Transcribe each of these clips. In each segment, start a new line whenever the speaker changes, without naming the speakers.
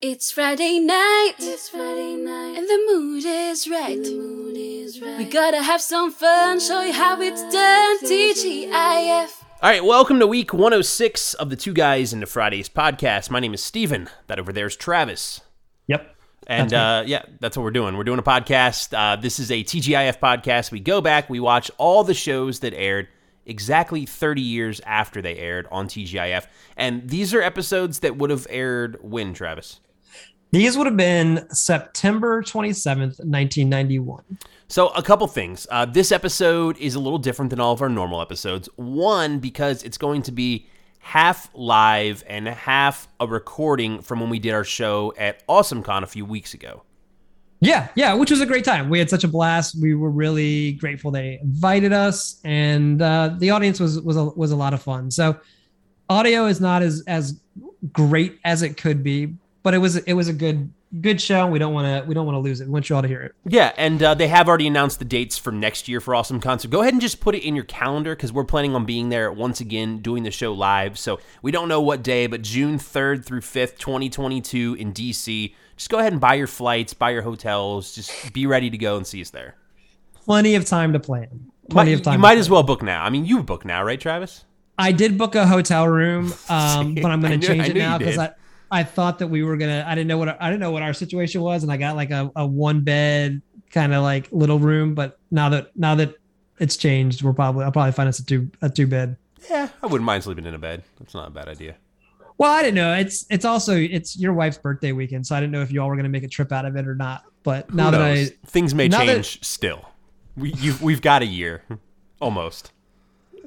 It's Friday night,
It's Friday night.
and the mood is right.
the mood is right.
We gotta have some fun, show you how it's done. TGIF.
All right, welcome to week 106 of the Two Guys into Fridays podcast. My name is Steven. That over there is Travis.
Yep.
And uh, yeah, that's what we're doing. We're doing a podcast. Uh, this is a TGIF podcast. We go back, we watch all the shows that aired exactly 30 years after they aired on TGIF. And these are episodes that would have aired when, Travis?
These would have been September 27th, 1991.
So, a couple things. Uh, this episode is a little different than all of our normal episodes. One, because it's going to be half live and half a recording from when we did our show at AwesomeCon a few weeks ago.
Yeah, yeah, which was a great time. We had such a blast. We were really grateful they invited us, and uh, the audience was was a, was a lot of fun. So, audio is not as as great as it could be, but it was it was a good good show. We don't want to we don't want to lose it. We want you all to hear it.
Yeah, and uh, they have already announced the dates for next year for AwesomeCon. So, go ahead and just put it in your calendar because we're planning on being there once again doing the show live. So, we don't know what day, but June 3rd through 5th, 2022 in DC. Just go ahead and buy your flights, buy your hotels, just be ready to go and see us there.
Plenty of time to plan. Plenty
might,
of time.
You
to
might
plan.
as well book now. I mean, you book now, right, Travis?
I did book a hotel room, um, but I'm
I
going
knew-
to
I
change it
knew you
now because
did.
I, I thought that we were gonna. I didn't know what our- I didn't know what our situation was, and I got like a, a one bed kind of like little room. But now that now that it's changed, we're probably I'll probably find us a two a two bed.
Yeah, I wouldn't mind sleeping in a bed. That's not a bad idea.
Well, I didn't know. It's it's also it's your wife's birthday weekend, so I didn't know if you all were gonna make a trip out of it or not. But
Who
now that I
knows? things may
now that-
change still. We you've, we've got a year, almost.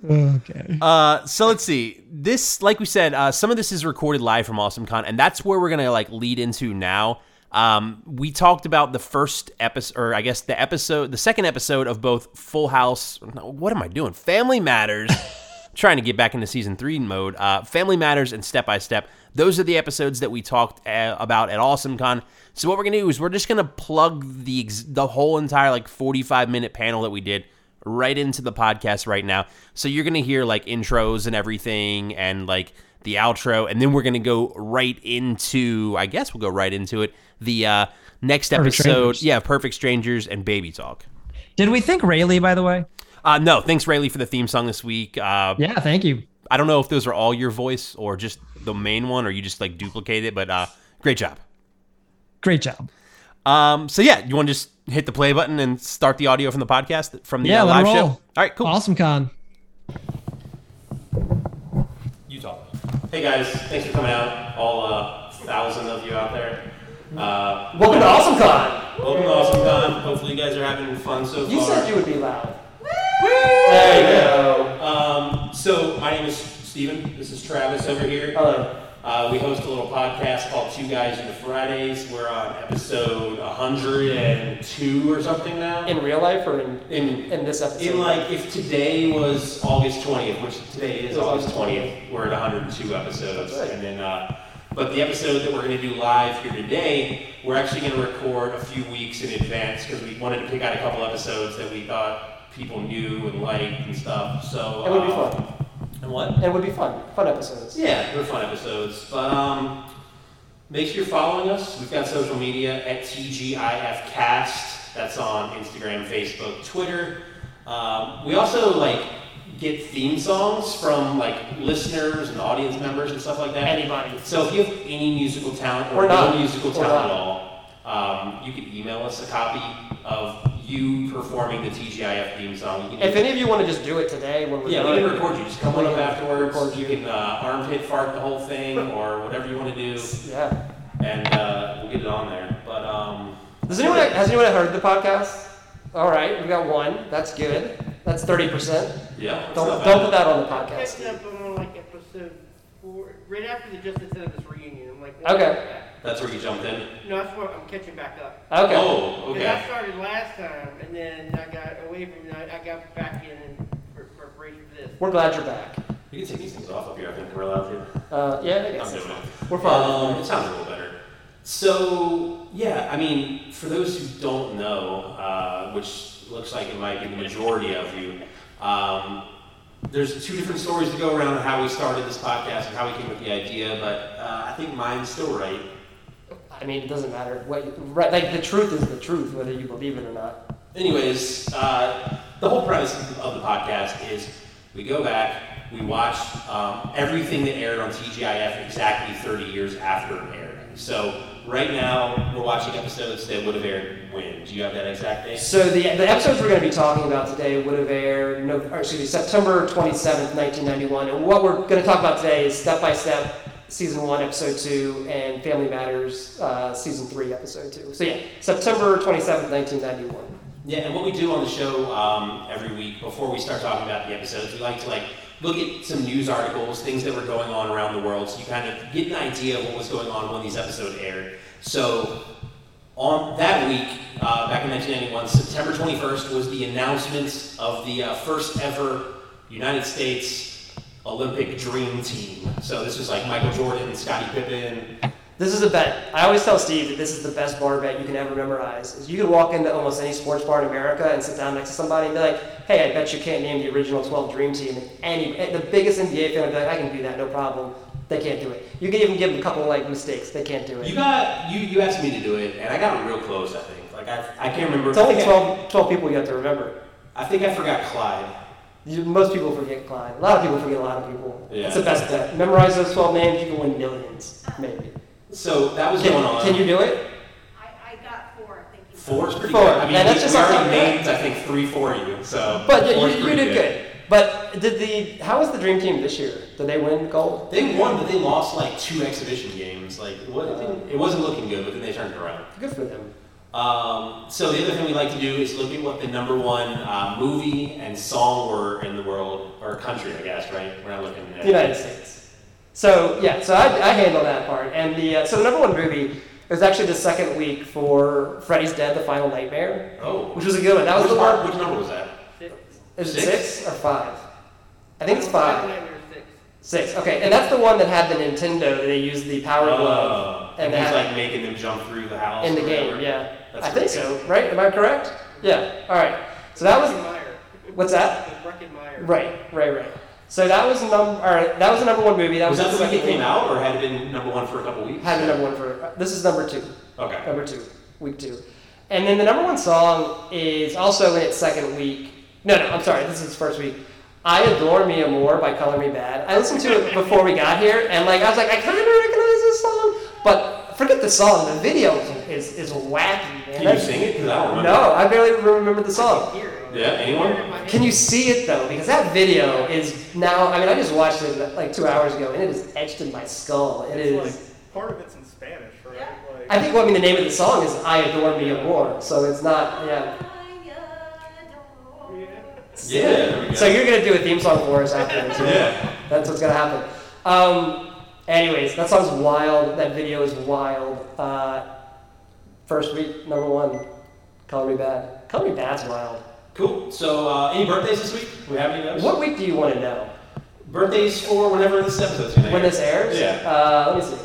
okay,
Uh, so let's see. This, like we said, uh, some of this is recorded live from AwesomeCon, and that's where we're gonna like lead into now. Um, we talked about the first episode, or I guess the episode, the second episode of both Full House. no, What am I doing? Family Matters. trying to get back into season three mode. Uh, Family Matters and Step by Step. Those are the episodes that we talked uh, about at AwesomeCon. So what we're gonna do is we're just gonna plug the ex- the whole entire like 45 minute panel that we did right into the podcast right now. So you're gonna hear like intros and everything, and like the outro, and then we're gonna go right into. I guess we'll go right into it. The uh, next
Perfect
episode,
Strangers.
yeah, Perfect Strangers and Baby Talk.
did we think Rayleigh? By the way,
Uh, no, thanks Rayleigh for the theme song this week. Uh,
yeah, thank you.
I don't know if those are all your voice or just the main one, or you just like duplicate it. But uh, great job.
Great job.
Um, so yeah, you want to just hit the play button and start the audio from the podcast from the
Yeah,
uh,
let it
live show.
roll.
All right, cool.
Awesome con.
You talk. Hey guys, thanks for coming out, all uh, thousand of you out there. Uh,
Welcome to AwesomeCon.
welcome to Awesome Con. Hopefully you guys are having fun so
You
far.
said you would be loud.
There you go. Um, so my name is Steven. This is Travis over here.
Hello.
Uh, we host a little podcast called Two Guys into Fridays. We're on episode 102 or something now.
In real life or in
In-
in this episode?
in like, if today was August 20th, which today is
It's
August
August
20th, we're at 102 episodes.
That's right.
And then, uh, but the episode that we're going to do live here today, we're actually going to record a few weeks in advance because we wanted to pick out a couple episodes that we thought people knew and liked and stuff. So
It would be
uh,
fun.
And what?
It would be fun. Fun episodes.
Yeah, they're fun episodes. But um, make sure you're following us. We've got social media at TGIFcast. That's on Instagram, Facebook, Twitter. Um, we also like get theme songs from like listeners and audience members and stuff like that.
Anybody.
So if you have any musical talent or
Or not.
no musical
Or
talent at
not.
all, um, you can email us a copy of you performing the TGIF theme song. You can
If any of you want to just do it today when we're
yeah,
done,
we can record you. Just come on
We
up
can
afterwards.
record
you
you.
can uh, armpit fart the whole thing or whatever you want to do,
Yeah.
and uh, we'll get it on there. But um,
Does anyone has anyone heard the podcast? All right, we got one. That's good. That's thirty percent.
yeah, uh, it's
Don't
not
don't put
bad.
that on the
picked
podcast.
up on like episode four, right after the Justice Senator's reunion. I'm like,
Okay.
That's where you jumped in.
No, that's where I'm catching back up.
Okay.
Oh,
'Cause I
okay.
started last time, and then I got away from that. I got back in and for for preparation for this.
We're glad you're back.
You can take these things off up here. I think we're allowed to.
Uh, yeah, I
I'm
guess.
doing it.
We're fine.
Um, it sounds a little better. So yeah, I mean, for those who don't know, uh, which looks like it might be the majority of you, um, there's two different stories to go around on how we started this podcast and how we came up with the idea. But uh, I think mine's still right.
I mean, it doesn't matter what. You, right, like the truth is the truth, whether you believe it or not.
Anyways, uh, the whole premise of the podcast is we go back, we watch um, everything that aired on TGIF exactly 30 years after it aired. So right now, we're watching episodes that would have aired when? Do you have that exact date?
So the the episodes we're going to be talking about today would have aired no, or excuse me, September twenty seventh, nineteen ninety one, and what we're going to talk about today is step by step. Season one, episode two, and Family Matters, uh, season three, episode two. So yeah, September twenty seventh, nineteen ninety one.
Yeah, and what we do on the show um, every week before we start talking about the episodes, we like to like look at some news articles, things that were going on around the world, so you kind of get an idea of what was going on when these episodes aired. So on that week, uh, back in 1991, September 21st was the announcement of the uh, first ever United States Olympic Dream Team. So this was like Michael Jordan, Scottie Pippen,
This is a bet. I always tell Steve that this is the best bar bet you can ever memorize. Is you can walk into almost any sports bar in America and sit down next to somebody and be like, "Hey, I bet you can't name the original 12 Dream Team." And any and the biggest NBA fan would be like, "I can do that, no problem." They can't do it. You can even give them a couple like mistakes. They can't do it.
You got you you asked me to do it, and I got real close. I think like I, I can't remember.
it's only
I think I-
12, 12 people you have to remember.
I think I forgot Clyde.
You, most people forget Klein. A lot of people forget a lot of people.
Yeah.
It's the best bet. Memorize those 12 names. You can win millions, maybe.
So that was
Can,
going on.
can you do it?
I, I got four, I think. you
Four is pretty
Four.
good. I mean,
Yeah, that's
we,
just
we
not
already
that
named I think three for you. So
But you,
four's
you, you
pretty
did good. But did the how was the Dream Team this year? Did they win gold?
They won, but they lost like two exhibition games. Like it wasn't, it wasn't looking good, but then they turned it around.
Good for them.
Um, so the other thing we like to do is look at what the number one uh, movie and song were in the world or country, I guess. Right? We're not looking at
The United States. So yeah, so I, I handle that part. And the uh, so the number one movie was actually the second week for Freddy's Dead: The Final Nightmare,
Oh,
which was a good one. That was
which,
the
part,
one.
which number was that?
Is it
six?
six or five? I think it's five.
Nightmare six.
Six. Okay, and that's the one that had the Nintendo that they used the Power
Uh,
Glove
and
and
he's
that-
like making them jump through the house
in the
or
game.
whatever.
Yeah,
That's
I
pretty
think so. Right? Am I correct? Yeah. All right. So that was
Meyer.
what's that?
Breckenmeyer.
Right. Right. Right. So that was number. All right. That was the number one movie. That
Was
was,
that the week
second
it came
week.
out, or had it been number one for a couple weeks?
Had the number one for. uh, This is number two.
Okay.
number two, week two. And then the number one song is also in its second week. No, no, I'm sorry, this is its first week. I Adore Mia More by Color Me Bad. I listened to it before we got here, and like I was like, I kind of recognize this song, but forget the song. The video is, is wacky. Man.
Can you sing it? 'Cause I don't remember.
No, I barely remember the song.
Here.
Yeah, anyone?
Can you see it though? Because that video is now. I mean, I just watched it like two hours ago, and it is etched in my skull. It
It's
is.
like part of it's in Spanish, right? Like,
I think. Well, I mean, the name of the song is "I Adore Mia More," so it's not. Yeah.
Yeah. there we go.
So you're gonna do a theme song for us after this. right?
yeah.
That's what's gonna happen. Um, anyways, that song's wild. That video is wild. Uh, first week number one, Color Me Bad. Color Me Bad's wild.
Cool. So uh, any birthdays this week? We have any of those?
What week do you want to know?
Birthdays for whenever this episode's gonna
When
air.
this airs?
Yeah.
Uh, let me see.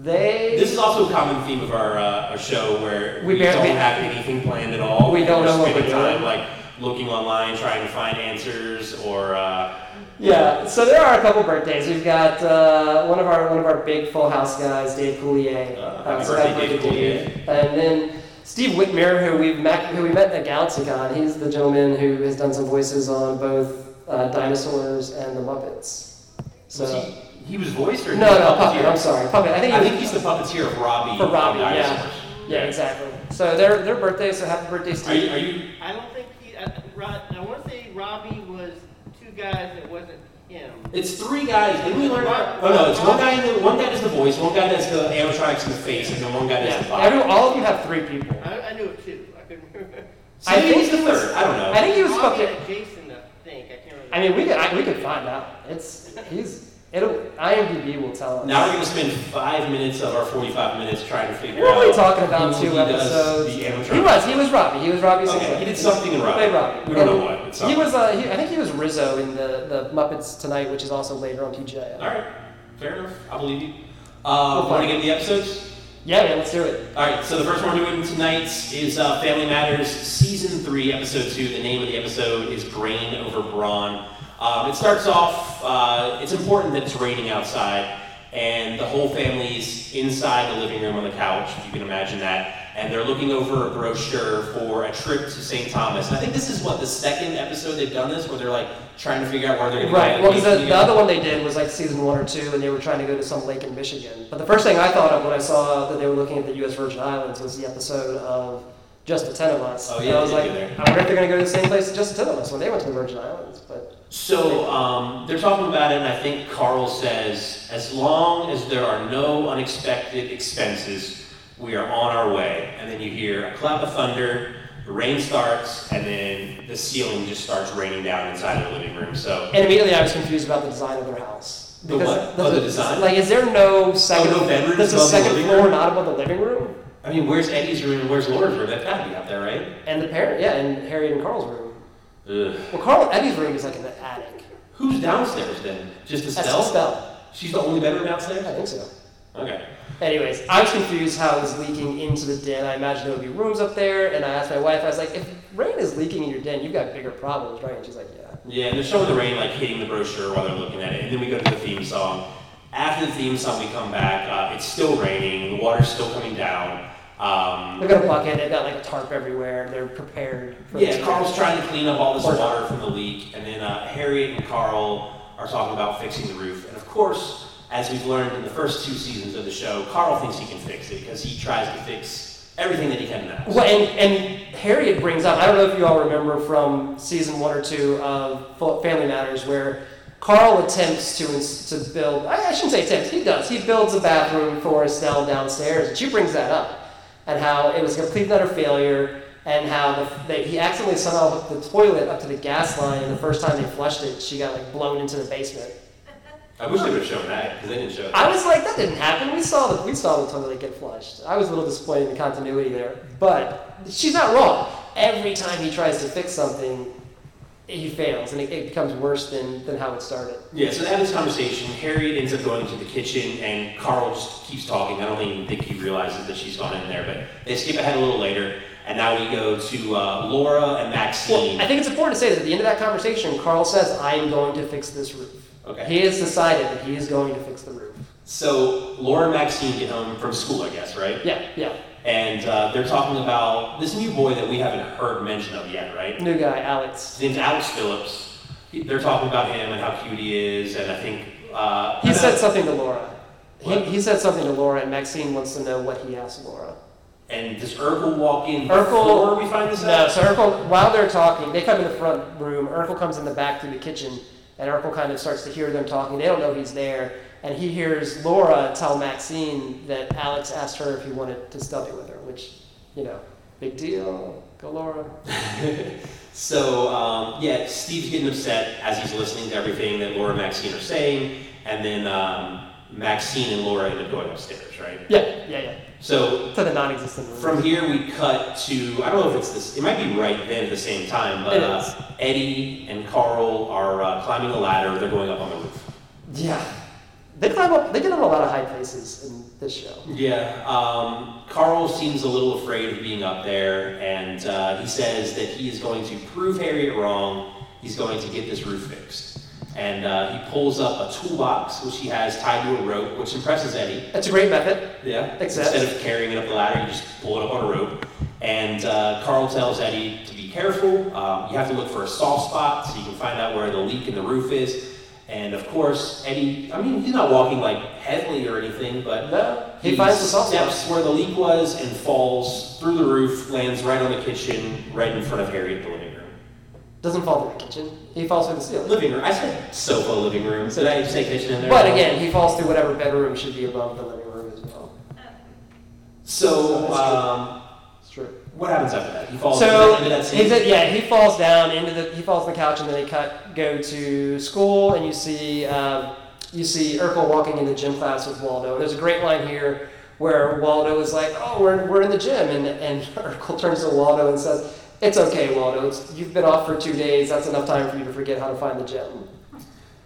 They.
This is also a common theme of our, uh, our show where
We
we,
barely-
don't have anything planned at all.
We don't
We're
know what
spending
we're doing.
time like looking online trying to find answers or uh,
Yeah, so there are a couple birthdays. We've got uh, one of our one of our big Full House guys, Dave Coulier.
Uh, happy
so happy
birthday, Dave
birthday to you. And then Steve Whitmer, who we've met, who we met at GalaxyCon. He's the gentleman who has done some voices on both uh, dinosaurs and the Muppets. So
was he, he was voiced or
no,
he was
no,
puppeteer?
puppet. I'm sorry, puppet. I think,
I
he
think
was,
he's the puppeteer of Robbie.
for Robbie.
from
Yeah,
Dinosaurs.
yeah, exactly. So their their birthday. So happy birthday,
Are you,
Steve.
are you
I don't think he. I, Rod, I want to say Robbie was two guys that wasn't him.
It's three guys. Didn't we learn? Oh no, it's one guy. In the, one guy does the voice. One guy does the animatronics in the face, and then one guy does the
yeah,
body.
everyone, all of you have three people.
I, I knew it too. I couldn't remember.
So
I
maybe
think
he's the
he was-
third. I don't know.
I think he was
Robbie
fucking.
and Jason, I think. I can't remember.
I mean, we could I, we could find out. It's he's it'll IMDb will tell us.
now we're gonna spend five minutes of our forty-five minutes trying to figure
we're
out.
only talking about
who
two
he
episodes.
Does the animatronics.
He was he was Robbie. He was Robbie.
Okay,
Sinclair.
he did something in Robbie.
Played Robbie.
We don't know
And
what. It's
He
something.
was uh, he, I think he was Rizzo in the, the Muppets Tonight, which is also later on TGIF.
All right, fair enough. I believe you. Uh,
We'll
want to get
find
the episodes?
Yeah, man, let's do it.
All right. So the first one we're doing tonight is uh, Family Matters, season three, episode two. The name of the episode is Grain Over Brawn. Um, it starts off. Uh, it's important that it's raining outside. and the whole family's inside the living room on the couch, if you can imagine that, and they're looking over a brochure for a trip to St. Thomas. And I think this is what the second episode they've done this, where they're like trying to figure out where they're going to
Right.
go.
Well, because the, the other one they did was like season one or two, and they were trying to go to some lake in Michigan. But the first thing I thought of when I saw that they were looking at the U.S. Virgin Islands was the episode of Just the Ten of Us.
Oh, yeah,
And I was
they
like,
did
I wonder if they're going to go to the same place as Just the Ten of Us when they went to the Virgin Islands. But
So um, they're talking about it, and I think Carl says, as long as there are no unexpected expenses, we are on our way. And then you hear a clap of thunder, the rain starts, and then the ceiling just starts raining down inside the living room. So,
and immediately I was confused about the design of their house.
The what? Oh, the design? Oh,
Like, is there no second?
no bedrooms
Does the
above the
second
living
floor
room?
not above the living room?
I mean, where's Eddie's room and where's Laura's room? That's gotta be up there, right?
And the parent, yeah, and Harriet and Carl's room.
Ugh.
Well, Carl and Eddie's room is like in the attic.
Who's downstairs then? Just
That's
Estelle?
the spell.
She's the only bedroom
I
downstairs?
think so.
Okay.
Anyways, I was confused how it was leaking into the den. I imagined there would be rooms up there, and I asked my wife, I was like, if rain is leaking in your den, you've got bigger problems, right? And she's like, yeah.
Yeah, and they're showing the rain like hitting the brochure while they're looking at it, and then we go to the theme song. After the theme song, we come back. Uh, it's still raining. The water's still coming down. Um,
They're gonna bucket, they've got like a tarp everywhere, they're prepared for this.
yeah, Carl's trying to clean up all this water from the leak, and then uh, Harriet and Carl are talking about fixing the roof. And of course, as we've learned in the first two seasons of the show, Carl thinks he can fix it because he tries to fix everything that he can in the house.
Well, and, and Harriet brings up, I don't know if you all remember from season one or two of Fa- Family Matters, where Carl attempts to, ins- to build, I, I shouldn't say attempts, he does. He builds a bathroom for Estelle downstairs, and she brings that up, and how it was a complete and utter failure, and how the, they, he accidentally somehow hooked the toilet up to the gas line, and the first time they flushed it, she got like blown into the basement.
I wish they would have shown that because they didn't show that.
I was like, that didn't happen. We saw the we saw the toilet get flushed. I was a little disappointed in the continuity there, but she's not wrong. Every time he tries to fix something, he fails, and it, it becomes worse than than how it started.
Yeah, so they have this conversation. Harriet ends up going to the kitchen, and Carl just keeps talking. I don't even think he realizes that she's gone in there, but they skip ahead a little later, and now we go to uh, Laura and Maxine.
Well, I think it's important to say that at the end of that conversation, Carl says, "I am going to fix this roof."
Okay.
He has decided that he is going to fix the roof.
so Laura and Maxine get home from school, I guess, right?
Yeah, yeah.
And uh, they're talking about this new boy that we haven't heard mention of yet, right?
New guy, Alex.
His name's Alex Phillips. He- They're talking about him and how cute he is, and I think uh,
He
about-
said something to Laura. He,
What?
he said something to Laura, and Maxine wants to know what he asked Laura.
And does Urkel walk in
Urkel.
before we find this
No,
out?
so Urkel, while they're talking, they come in the front room. Urkel comes in the back through the kitchen, and Urkel kind of starts to hear them talking. They don't know he's there, and he hears Laura tell Maxine that Alex asked her if he wanted to study with her, which, you know, big deal. Go Laura.
So um, yeah, Steve's getting upset as he's listening to everything that Laura and Maxine are saying, and then um, Maxine and Laura end up going upstairs, right?
Yeah, yeah,
So
yeah. To the non-existent room.
from here we cut to I don't know if it's this. It might be right then at the same time, but
It is.
uh, Eddie and Carl are uh, climbing a ladder. They're going up on the roof.
yeah, they climb up. They get on a lot of high places in this show.
Yeah, um, Carl seems a little afraid of being up there, and uh, he says that he is going to prove Harriet wrong. He's going to get this roof fixed. And uh, he pulls up a toolbox, which he has tied to a rope, which impresses Eddie.
That's a great method.
Yeah.
Except-
Instead of carrying it up the ladder, you just pull it up on a rope. And uh, Carl tells Eddie to be careful. Um, you have to look for a soft spot so you can find out where the leak in the roof is. And of course, Eddie, I mean, he's not walking like heavily or anything, but
No, he finds the soft spot.
steps where the leak was and falls through the roof, lands right on the kitchen, right in front of Harriet, the living room.
Doesn't fall through the kitchen. He falls through the ceiling.
Living room. I said sofa living room. Did I say kitchen in there?
But again, he falls through whatever bedroom should be above the living room as well.
so um,
It's true.
what happens after that? He falls
So
into that
he
scene.
said, yeah, he falls down into the he falls on the couch and then they cut go to school and you see um, you see Urkel walking into gym class with Waldo. There's a great line here where Waldo is like, oh, we're, we're in the gym and and Urkel turns to Waldo and says, it's okay, Waldo. It's, you've been off for two days. That's enough time for you to forget how to find the gym.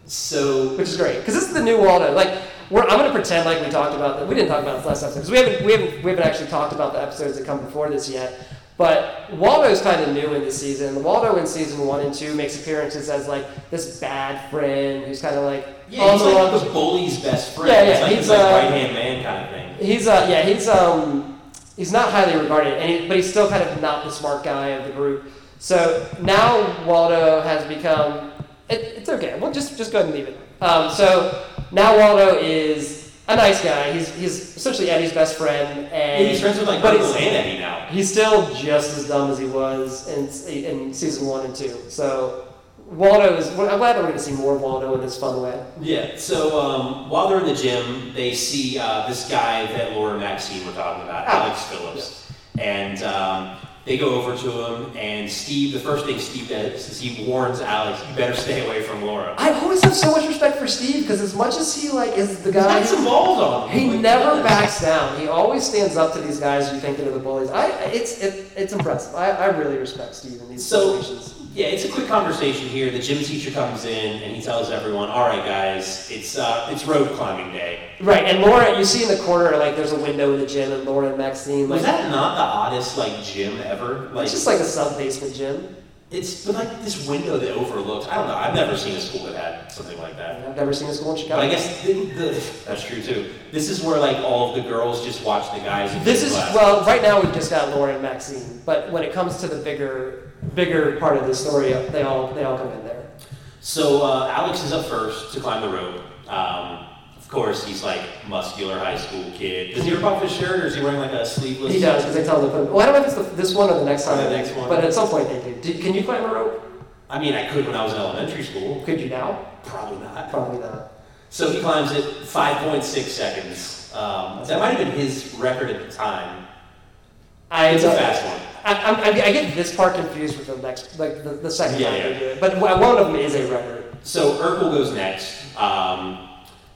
so
which is great because this is the new Waldo. Like, we're, I'm going to pretend like we talked about that. We didn't talk about this last episode because we haven't, we haven't we haven't actually talked about the episodes that come before this yet. But Waldo's kind of new in the season. Waldo in season one and two makes appearances as like this bad friend who's kind of like "Oh,
Yeah, he's
also
like
on-
the bully's best friend.
Yeah, yeah,
It's like
he's,
his like,
uh,
right hand man kind of thing.
He's uh yeah he's um he's not highly regarded and he, but he's still kind of not the smart guy of the group. So now Waldo has become it, it's okay. We'll just just go ahead and leave it. Um, so now Waldo is a nice guy. He's he's essentially Eddie's best friend and
Yeah, he's friends with like
but
Uncle
he's-
and Eddie now.
He's still just as dumb as he was in, in season one and two. So Waldo is. I'm glad that we're going to see more Waldo in this fun way.
Yeah. So um, while they're in the gym, they see uh, this guy that Laura and Maxine were talking about,
Ah.
Alex Phillips, and um, they go over to him. And Steve, the first thing Steve does is he warns Alex, "You better stay away from Laura."
I always have so much respect for Steve because as much as he like is the guy,
That's involved on him.
he
Like,
never
yeah.
backs down. He always stands up to these guys you think are the bullies. I it's it, it's impressive. I, I really respect Steve in these
So-
situations.
Yeah, it's a quick conversation here. The gym teacher comes in and he tells everyone, "All right, guys, it's uh, it's road climbing day."
Right, and Laura, you see in the corner like there's a window in the gym, and Laura and Maxine like
Was that not the oddest like gym ever? Like
it's just like a sub basement gym.
It's but like this window that overlooks. I don't know. I've never seen a school that had something like that.
I've never seen a school in Chicago.
But I guess the, the, that's true too. This is where like all of the girls just watch the guys. in
This
the
is
class.
well, right now we've just got Lauren and Maxine, but when it comes to the bigger, bigger part of the story, they all they all come in there.
So uh, Alex is up first to climb the rope. Um, of course, he's like muscular high school kid. Does he rip off his shirt or is he wearing like a sleeveless?
He does because they tell him. to put- Well, I don't know if it's the, this one or the next time.
The next one.
But at some point they do. Did, can you climb a rope?
I mean, I could when I was in elementary school.
Could you now?
Probably not.
Probably not.
So he climbs it 5.6 seconds. Um, that might have been his record at the time.
I,
It's a fast one.
I, I, I, I get this part confused with the next, like the, the second
Yeah,
time
yeah.
they do it. But one one of them is a record.
So Urkel goes next, um,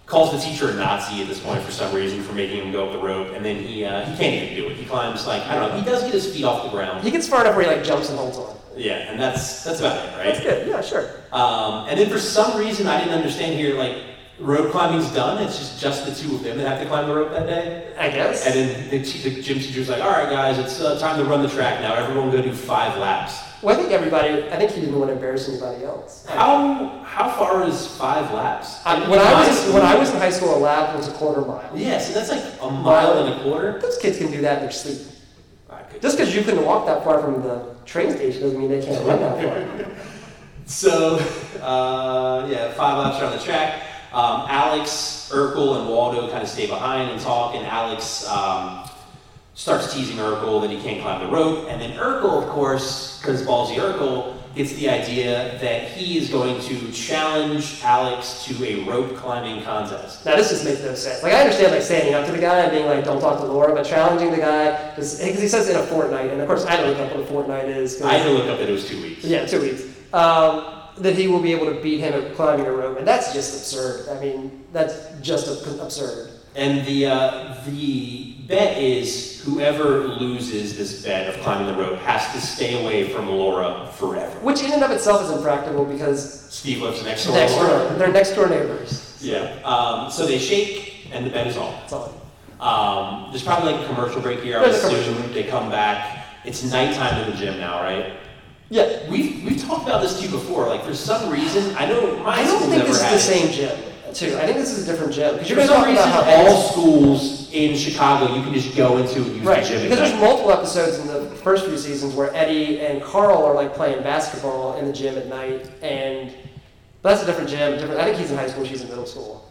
calls the teacher a Nazi at this point for some reason for making him go up the rope, and then he uh, he can't even do it. He climbs like I don't know. He does get his feet off the ground.
He gets far enough where he like jumps and holds on.
Yeah, and that's that's about it,
That's
right?
good. Yeah, sure.
Um, and then for some reason I didn't understand here like rope climbing's done. It's just just the two of them that have to climb the rope that day.
I guess.
And then the, te- the gym teacher's like, "All right, guys, it's uh, time to run the track now. Everyone go do five laps."
well, I think everybody. I think he didn't want to embarrass anybody else.
How how far is five laps?
I, when I was when I was in high school, a lap was a quarter mile.
yeah, so that's like a mile and a quarter.
Those kids can do that in their sleep.
I could-
Just because you couldn't walk that far from the train station doesn't mean they can't run that far.
So, uh, yeah, five laps around the track. Um, Alex, Urkel, and Waldo kind of stay behind and talk, and Alex um, starts teasing Urkel that he can't climb the rope. And then Urkel, of course, because ballsy Urkel, gets the idea that he is going to challenge Alex to a rope climbing contest.
Now this just makes no sense. Like I understand like standing up to the guy and being like, "Don't talk to Laura," but challenging the guy because he says in a fortnight, and of course I don't know what a fortnight is. 'cause-
I had to look up that it was two weeks.
yeah, two weeks. Um, that he will be able to beat him at climbing a rope, and that's just absurd. I mean, that's just ab- absurd.
And the uh, the bet is whoever loses this bet of climbing the rope has to stay away from Laura forever.
Which in and of itself is impractical because
Steve lives next door. to
next
Laura.
door, they're next door neighbors.
Yeah. Um, so they shake, and the bet is on.
That's all.
Um, there's probably like a commercial break here. I would
There's a commercial
assume they come back. It's nighttime in the gym now, right?
Yeah,
We've we've talked about this to you before. Like for some reason, I know my
I don't
school
think
never
this is
had
the
it.
same gym too. I think this is a different gym because you're
For
going to
some
talk
reason,
about how
all schools in Chicago, you can just go into and use
Right,
the gym. at
because
night.
there's multiple episodes in the first few seasons where Eddie and Carl are like playing basketball in the gym at night, and but that's a different gym. Different. I think he's in high school, she's in middle school.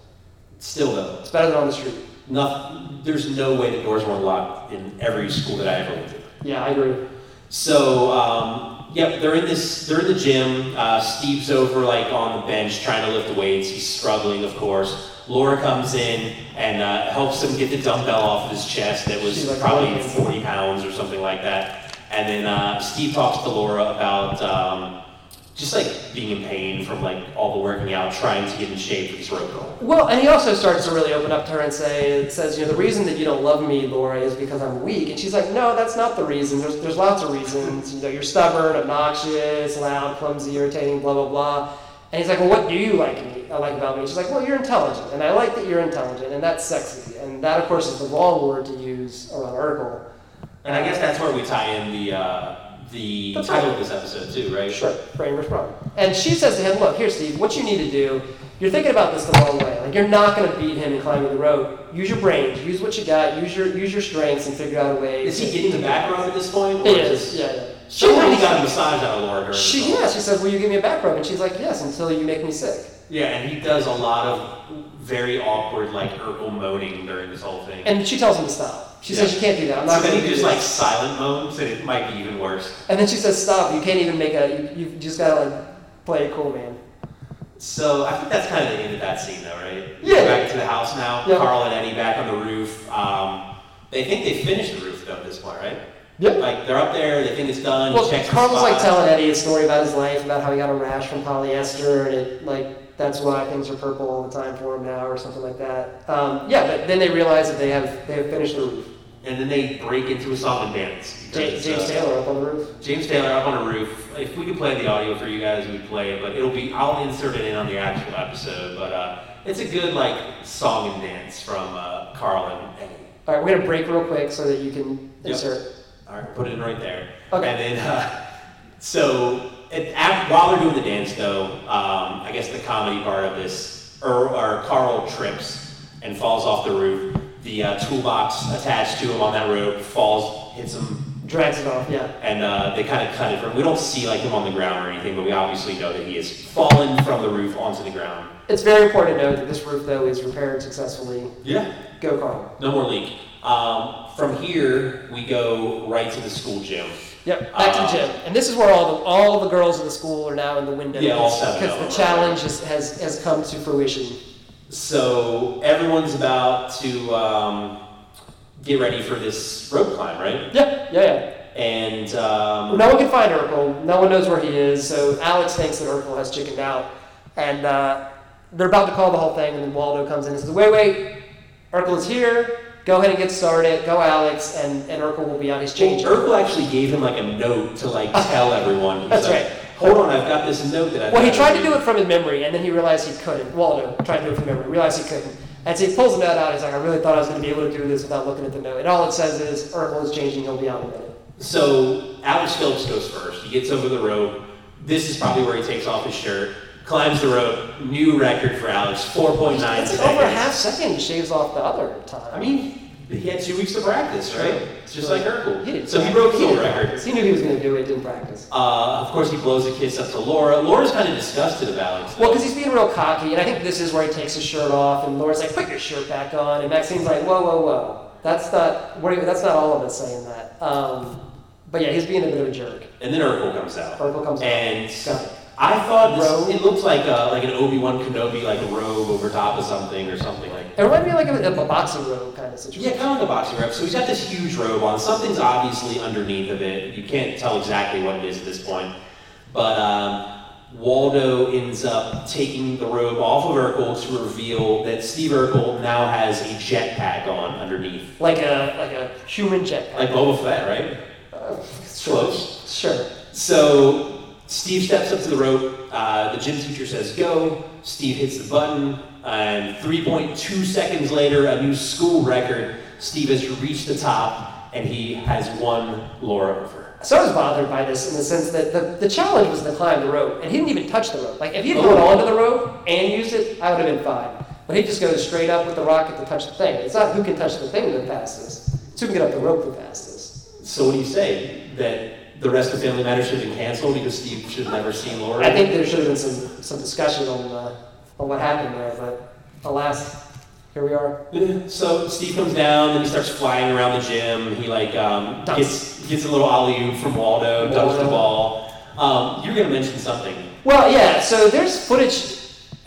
Still though,
It's better than on the street.
nothing, there's no way the doors weren't locked in every school that I ever went to.
Yeah, I agree.
So um, yep, they're in this. They're in the gym. Uh, Steve's over like on the bench trying to lift the weights. He's struggling, of course. Laura comes in and uh, helps him get the dumbbell off of his chest that was
She's like,
probably
"Look."
40 pounds or something like that. And then uh, Steve talks to Laura about um, just like being in pain from like all the working out, trying to get in shape for this rope climb.
Well, and he also starts to really open up to her and say, says, you know, the reason that you don't love me, Laura, is because I'm weak. And she's like, no, that's not the reason. There's, there's lots of reasons. You know, you're stubborn, obnoxious, loud, clumsy, irritating, blah, blah, blah. And he's like, well, what do you like me, I like about me? She's like, well, you're intelligent, and I like that you're intelligent, and that's sexy. And that, of course, is the wrong word to use around Urkel.
And I guess that's where we tie in the uh, the
That's
title
right.
of this episode too, right?
Sure, framers problem. And she says to him, look, here, Steve, what you need to do, you're thinking about this the wrong way. Like, you're not going to beat him in climbing the rope. Use your brains. Use what you got. Use your use your strengths and figure out a way.
Is
to-
he getting the back rub at this point?
He is, yeah. yeah.
She really got a massage out of Laura during
She,
this whole-
yeah, she says, will you give me a back rub? And she's like, yes, until you make me sick.
Yeah, and he does a lot of very awkward, like Urkel moaning during this whole thing.
And she tells him to stop. She says,
Yeah.
you can't do that. I'm
so
not going
then he
to do
just
this."
like silent moans, and it might be even worse.
And then she says, stop. You can't even make a, you, you just got to, like, play it cool, man.
So I think that's kind of the end of that scene, though, right?
Yeah.
We're Back to the house now.
Yeah.
Carl and Eddie back on the roof. Um, they think they finished the roof though at this point, right?
Yeah.
Like they're up there. They think it's done.
Well,
checks the
Carl was like
spot.
telling Eddie a story about his life, about how he got a rash from polyester, and it like that's why things are purple all the time for him now, or something like that. Um, yeah, but then they realize that they have they have finished the roof.
and then they break into a song and dance.
James,
because,
James
uh,
Taylor up on the roof.
James Taylor up on a roof. If we could play the audio for you guys, we'd play it, but it'll be I'll insert it in on the actual episode. But uh, it's a good like song and dance from uh, Carl and Eddie.
All right, we're gonna break real quick so that you can
Yep.
insert.
All right, put it in right there.
Okay.
And then, uh, so at, af while they're doing the dance, though, um, I guess the comedy part of this, or, or Carl trips and falls off the roof. The uh, toolbox attached to him on that rope falls, hits him,
Drags it off. Yeah.
and uh, they kind of cut it from. We don't see like him on the ground or anything, but we obviously know that he has fallen from the roof onto the ground.
It's very important to note that this roof though is repaired successfully.
Yeah.
Go Carl.
No more leak. Um, from here, we go right to the school gym. Uh,
Yep. Back to the gym, and this is where all the all the girls in the school are now in the window.
Yeah, all seven of
Because
them.
the challenge has, has has come to fruition.
So everyone's about to um, get ready for this rope climb, right?
Yeah. Yeah. Yeah.
And um,
No one can find Urkel. No one knows where he is. So Alex thinks that Urkel has chickened out, and uh, they're about to call the whole thing. And then Waldo comes in and says, "Wait, wait, Urkel is here. Go ahead and get started. Go, Alex." And and Urkel will be on his change.
Urkel actually gave him like a note to like tell everyone. He's
That's
like,
right.
Hold on, I've got this note that I.
Well, he tried to do it from his memory, and then he realized he couldn't. Waldo tried to do it from memory, realized he couldn't. And so he pulls the note out. He's like, "I really thought I was going to be able to do this without looking at the note." And all it says is, "Urkel is changing. He'll be on in a minute."
So Alex Phillips goes first. He gets over the rope. This is probably where he takes off his shirt, climbs the rope. New record for Alex, four point nine
It's
seconds.
like over a half second. He shaves off the other time.
I mean, he had two weeks to practice, right? Just like Urkel.
He didn't
so he
practice.
broke the
didn't
old record.
practice. He knew he was going to do it. Didn't practice.
Uh, of course, he blows a kiss up to Laura. Laura's kind of disgusted about it.
Well, because he's being real cocky, and I think this is where he takes his shirt off, and Laura's like, "Put your shirt back on," and Maxine's like, "Whoa, whoa, whoa, that's not we're, that's not all of us saying that." Um, but yeah, he's being a bit of a jerk.
and then Urkel comes out.
Urkel comes out.
and
Got it.
I thought
Robe.
this, it looked like uh like an Obi Wan Kenobi like robe over top of something or something like.
It reminded me like of a, a boxing robe kind of
Yeah,
situation.
kind of like a boxing robe. So he's got this huge robe on. Something's obviously underneath of it. You can't tell exactly what it is at this point. But um, Waldo ends up taking the robe off of Urkel to reveal that Steve Urkel now has a jetpack on underneath,
Like a like a human jetpack.
like Boba Fett, right?
sure.
Close.
Sure.
So Steve steps up to the rope. Uh, the gym teacher says go. Steve hits the button, and 3.2 seconds later, a new school record. Steve has reached the top, and he has won Laura over.
So I was bothered by this in the sense that the, the challenge was to climb the rope, and he didn't even touch the rope. Like if he had
Oh.
gone onto the rope and used it, I would have been fine. But he just goes straight up with the rocket to touch the thing. It's not who can touch the thing the fastest; it's who can get up the rope the fastest.
So what do you say that the rest of Family Matters should have been canceled because Steve should have never seen Laura?
I think there should have been some, some discussion on uh, on what happened there, but alas, here we are.
Yeah, So Steve comes down, then he starts flying around the gym. He like um,
Dunks.
gets gets a little alley oop from Waldo, dunks the
Waldo.
ball. Um, you were gonna mention something.
Well, yeah. So there's footage.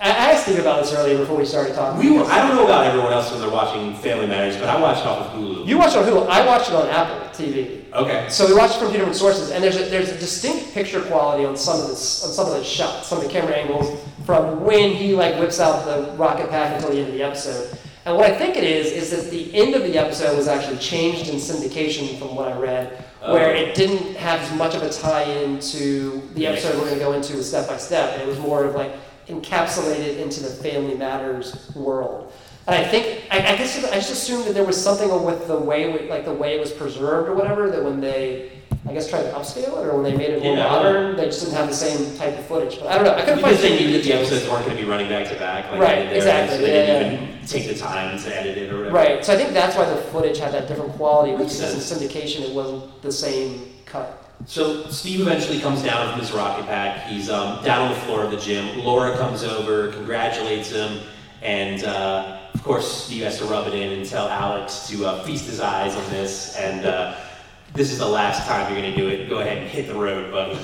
I I asked Steve about this earlier before we started talking.
We were, I don't know about everyone else when they're watching Family Matters, but I watched off of Hulu.
You watched it on Hulu. I watched it on Apple TV.
okay.
So we watched it from two different sources, and there's a, there's a distinct picture quality on some of this on some of the shots, some of the camera angles from when he like whips out the rocket pack until the end of the episode. And what I think it is is that the end of the episode was actually changed in syndication from what I read, where
Oh.
it didn't have as much of a tie-in to the episode we're going to go into with step by step, and it was more of like encapsulated into the Family Matters world. And I think I, I guess I just assumed that there was something with the way we, like the way it was preserved or whatever that when they I guess tried to upscale it or when they made it more
Yeah.
modern they just didn't have the same type of footage. But I don't know. I couldn't find
Because they
any
knew that the
details.
episodes weren't going to be running back to back. Like
Right,
they did there,
exactly,
So they didn't
yeah,
even take the time to edit it or whatever.
Right. So I think that's why the footage had that different quality
Makes
because in
sense.
syndication it wasn't the same cut.
So Steve eventually comes down from his rocket pack. He's um, down on the floor of the gym. Laura comes over, congratulates him, and uh, of course Steve has to rub it in and tell Alex to uh, feast his eyes on this. And uh, this is the last time you're going to do it. Go ahead and hit the road, buddy.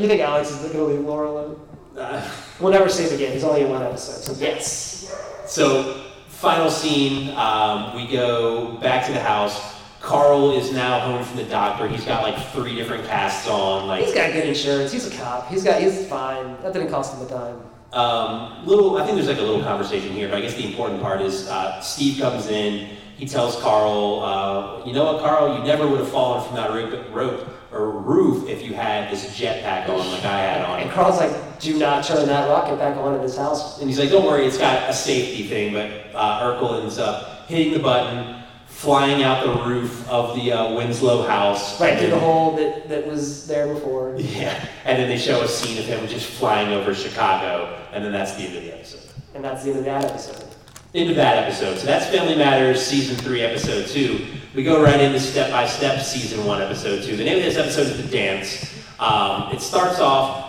You think Alex is gonna leave Laura alone?
Uh,
We'll never see him again. He's only in one episode. So yes.
So, final scene. Um, we go back to the house. Carl is now home from the doctor. He's got like three different casts on.
He's
Like,
got good insurance. He's a cop. He's got. He's fine. That didn't cost him a dime.
um, little. I think there's like a little conversation here, but I guess the important part is uh, Steve comes in. He tells Carl, uh, "You know what, Carl? You never would have fallen from that rope, rope or roof if you had this jetpack on, like I had on."
And Carl's like, "Do not turn that rocket back on in this house."
And he's like, don't worry, it's got a safety thing. But uh, Urkel ends up hitting the button, flying out the roof of the uh, Winslow house.
Right through
And
the
then-
hole that, that was there before.
Yeah. And then they show a scene of him just flying over Chicago. And then that's the end of the episode.
And that's the end of that episode.
End of that episode. So that's Family Matters, Season 3, Episode 2. We go right into Step by Step, Season 1, Episode 2. The name of this episode is The Dance. Um, it starts off,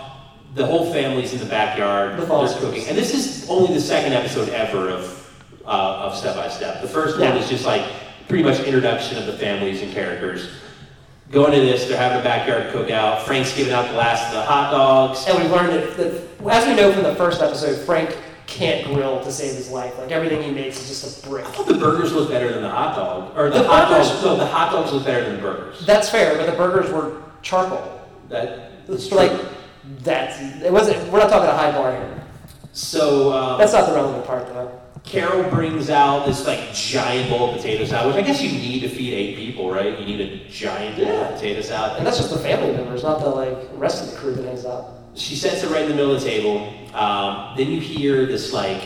the whole family's in the backyard,
The Foster
they're cooking. And this is only the second episode ever of, uh, of Step by Step. The first one
Yeah.
is just like pretty much introduction of the families and characters. Going to this, they're having a backyard cookout. Frank's giving out the last of the hot dogs.
And we learned that, that as we know from the first episode, Frank can't grill to save his life. Like everything he makes is just a brick.
I thought the burgers looked better than the hot dog. Or the,
The
hot
burgers-
dogs. No, the hot dogs look better than the burgers.
That's fair, but the burgers were charcoal.
That,
It's like that's it wasn't. We're not talking a high bar here.
so um,
That's not the relevant part though.
Carol brings out this like giant bowl of potato salad, which I guess you need to feed eight people, right? You need a giant bowl
Yeah.
of potato salad.
And that's just the family members, not the like rest of the crew that hangs out.
she sets it right in the middle of the table. Um, then you hear this like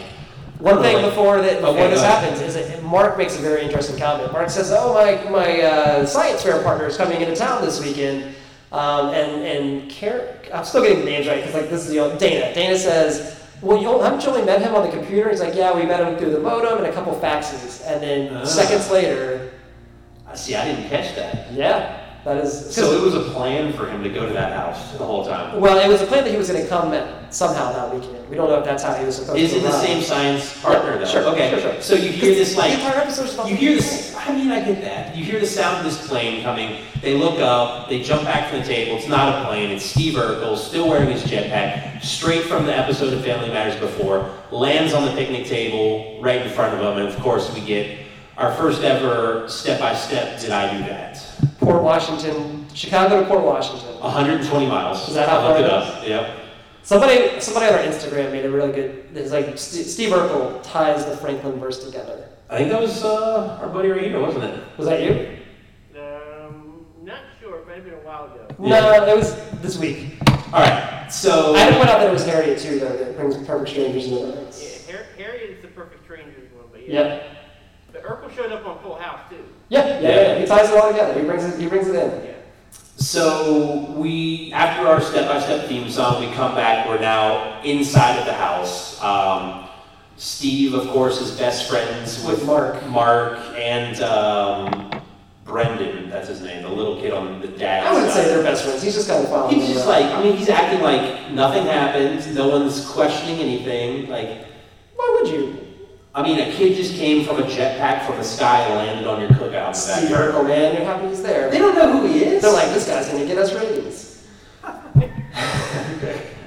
One
Really?
thing before that, before
Okay,
this
go ahead.
happens, is that Mark makes a very interesting comment. Mark says, "Oh, my my uh, science fair partner is coming into town this weekend," um, and and Car- I'm still getting the names right because like this is the old, Dana. Dana says. Well, you haven't you only met him on the computer? He's like, yeah, we met him through the modem and a couple faxes. And then
Ah.
seconds later,
I uh, see I didn't catch that.
yeah, that is.
So it was a plan for him to go to that house the whole time.
Well, it was a plan that he was going to come at somehow that weekend. We don't know if that's how he was supposed
Is
to.
it the
arrive.
same science partner though?
Sure,
okay.
sure, sure.
So you hear this like
the entire episode's about
You hear this? I mean, I get that. You hear the sound of this plane coming. They look up. They jump back from the table. It's not a plane. It's Steve Urkel, still wearing his jetpack, straight from the episode of Family Matters before. Lands on the picnic table right in front of them, and of course we get our first ever step-by-step. Did I do that?
Port Washington, Chicago to Port Washington.
120 miles.
Is that how
I looked
far
it
it
up. Yep.
Somebody, somebody on our Instagram made a really good. It's like St- Steve Urkel ties the Franklin verse together.
I think that was uh, our buddy right here, wasn't it?
Was that you?
Um, not sure. It might have been a while ago.
No, it was this week.
All right. So
I had to point out that it was Harriet too, though. That brings perfect strangers into the mix.
Yeah, Har- Harriet is the perfect stranger's one, but yeah.
Yep.
But Urkel showed up on Full House too.
Yeah, yeah, yeah,
Yeah.
He ties it all together. He brings it. He brings it in.
Yeah.
So we, after our step-by-step theme song, we come back. We're now inside of the house. Um, Steve, of course, is best friends with,
With Mark.
Mark and um, Brendan. That's his name, the little kid on the dad.
I wouldn't say
side.
they're best friends. He's just kind of following.
He's
them
just
around.
like, I mean, he's acting like nothing happened. No one's questioning anything. Like,
why would you?
I mean, a kid just came from a jetpack from the sky and landed on your cookout. in
Steve
the backyard.
Urkel, man, you're happy he's there.
They don't know who he is.
They're like, this guy's gonna get us ratings.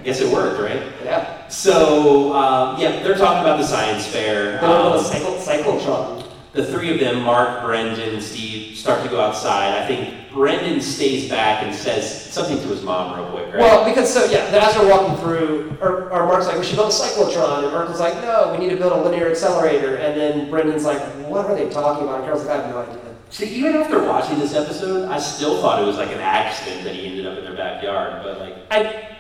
guess it worked, right?
Yeah.
So uh, yeah, they're talking about the science fair.
They're on a
Um,
cycle, cyclotron.
the three of them, Mark, Brendan, Steve, start to go outside. I think Brendan stays back and says something to his mom real quick, right?
Well, because so yeah, as we're walking through, or, or Mark's like, we should build a cyclotron, and Urkel's like, no, we need to build a linear accelerator, and then Brendan's like, what are they talking about? And Carol's like, I have no idea.
See, even after watching this episode, I still thought it was like an accident that he ended up in their backyard. But like,
I,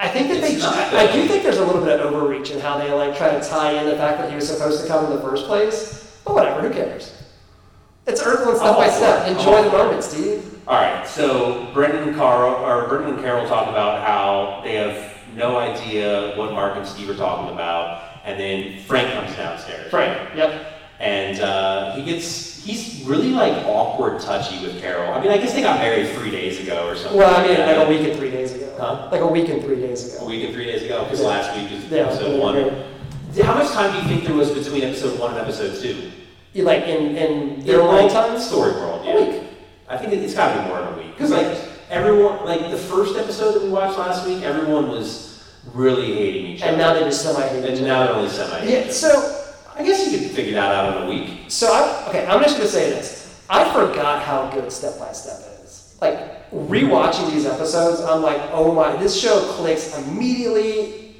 I think that they,
It's not
I do think there's a little bit of overreach in how they like try to tie in the fact that he was supposed to come in the first place. But whatever, who cares? It's Earthling step
I'm
by
all for
step.
it. I'm
Enjoy
all
the
for it.
moment, Steve.
All right, so Brendan and Carl or Brendan and Carol talk about how they have no idea what Mark and Steve are talking about, and then Frank comes downstairs.
Yep.
And uh, he gets he's really like awkward touchy with Carol. I mean, I guess they got married three days ago or something.
Well, I mean,
like
like
that.
a week and three days ago.
Huh?
Like a week and three days
A
ago.
week and three days ago, because
Yeah.
last week was
Yeah.
episode
yeah,
one.
yeah.
How much time do you think there was between episode one and episode two?
You like in in your long
like
times?
story world. Yeah.
A week.
I think it's got to be more than a week because like everyone, like the first episode that we watched last week, everyone was really hating each
And
other,
now they just semi
and
hate
now they're only semi.
Yeah. So
I guess you could figure that out in a week.
So I okay, I'm just gonna say this. I forgot how good Step by Step is. Like rewatching these episodes, I'm like, oh my, this show clicks immediately.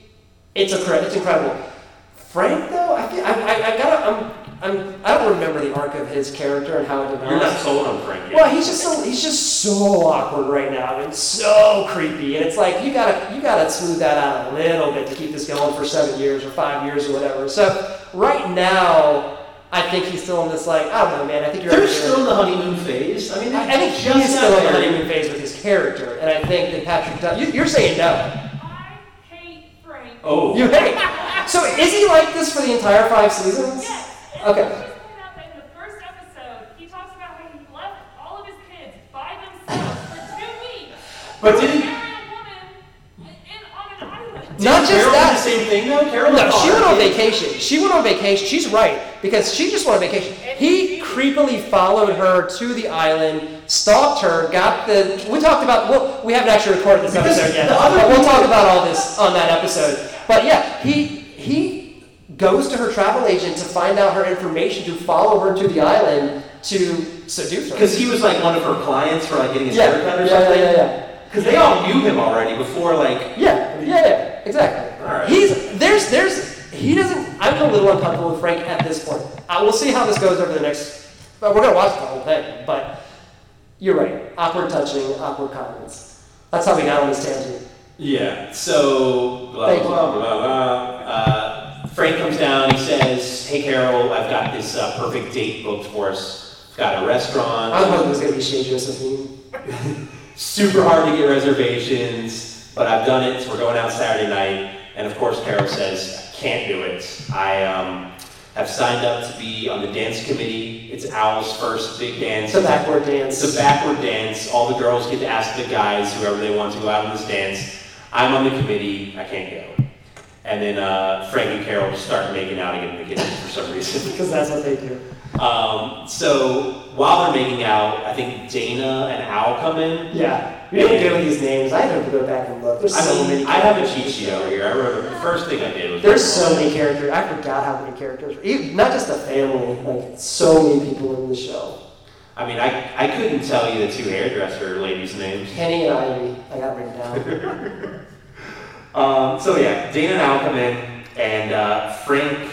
It's a it's incredible. Frank though, I feel, I, I, I gotta I'm I'm I don't remember the arc of his character and how it
You're not
develops.
sold on Frank yet.
Uh-huh. Well, he's just so he's just so awkward right now and so creepy, and it's like you gotta you gotta smooth that out a little bit to keep this going for seven years or five years or whatever. So right now, I think he's still in this like I don't know, man. I think you're.
They're
overdoing
still in
it.
the honeymoon phase. I mean, they
I I think
just
he's still
got
in the
married.
honeymoon phase with his character, and I think that Patrick. Dun- you, you're saying no.
I hate Frank.
Oh,
You hate. So is he like this for the entire five seasons?
Yes. and
Okay.
he just pointed out that in the first episode, he talks about how he left all of his kids by themselves for two weeks.
but
to
didn't
marry a woman in, on an island.
Not just
Carol
that.
do the same thing though? Carol
No,
thought
she went
it
on
did.
vacation. She went on vacation. She's right because she just went on vacation. He creepily followed her to the island, stalked her, got the. We talked about. Well, we haven't actually recorded this
Because
episode yet,
the other
but we'll
people-
talk about all this on that episode. But yeah, he he goes to her travel agent to find out her information to follow her to the island to seduce her.
Because he was like one of her clients for like getting his
Yeah,
haircut or
yeah, yeah,
something.
yeah, yeah.
Because they all knew him already before, like.
Yeah, yeah, yeah, exactly.
All right.
He's there's there's he doesn't. I'm a little uncomfortable with Frank at this point. I will see how this goes over the next. But we're gonna watch the whole thing. But you're right. Awkward touching, awkward comments. That's how we got on this tangent.
Yeah. So blah
Thank you.
blah, blah blah blah. Uh, Frank comes down. He says, "Hey Carol, I've got this uh, perfect date booked for us. Got a restaurant.
I thought it was gonna be Shane Josephine.
super hard to get reservations, but I've done it. So we're going out Saturday night, and of course Carol says I can't do it. I um, have signed up to be on the dance committee. It's Owl's first big dance.
It's a backward dance.
It's a backward dance. All the girls get to ask the guys, whoever they want to go out on this dance. I'm on the committee. I can't go. And then uh, Frank and Carol just start making out again in the kitchen for some reason.
because that's what they do.
Um, so while they're making out, I think Dana and Al come in.
Yeah, we didn't go with these names. I have to go back and look. There's
I
so
mean,
many.
I have a cheat sheet over here. I wrote the first thing I did was
There's so many characters. I forgot how many characters. Even, not just the family. Like so many people in the show.
I mean, I, I couldn't tell you the two hairdresser ladies' names.
Penny and Ivy. I got written down.
Um, so yeah, Dana and Al come in, and uh, Frank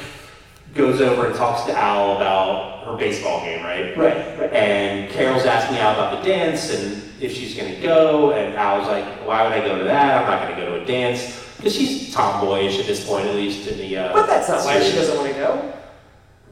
goes over and talks to Al about her baseball game, right?
right, right.
And Carol's asking Al about the dance and if she's gonna go, and Al's like, "Why would I go to that? I'm not gonna go to a dance." Because she's tomboyish at this point, at least in the. Uh,
But that's not why she
series.
doesn't want to go.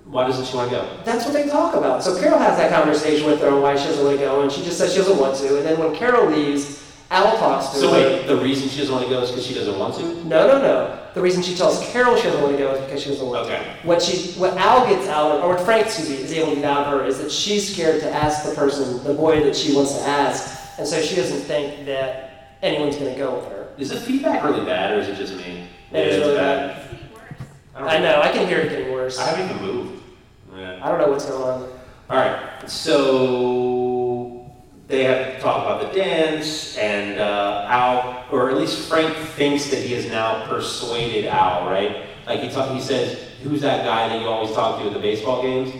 Why doesn't she want to go?
That's what they talk about. So Carol has that conversation with her on why she doesn't want to go, and she just says she doesn't want to. And then when Carol leaves, Al talks to
So
her.
wait, the reason she doesn't want to go is because she doesn't want to.
No, no, no. The reason she tells Carol she doesn't want to go is because she doesn't want
Okay.
to. What she, what Al gets out, or what Frank, excuse me, is able to get out of her is that she's scared to ask the person, the boy that she wants to ask, and so she doesn't think that anyone's going to go with her.
Is the feedback really bad, or is it just me?
It is really bad.
It's the worst.
don't
I know. I can hear it getting worse.
I haven't even moved.
I don't know what's going on.
All right. So they have to talk about the dance, and uh, Al, or at least Frank, thinks that he has now persuaded Al, right? Like he talk, he says, "Who's that guy that you always talk to at the baseball games?"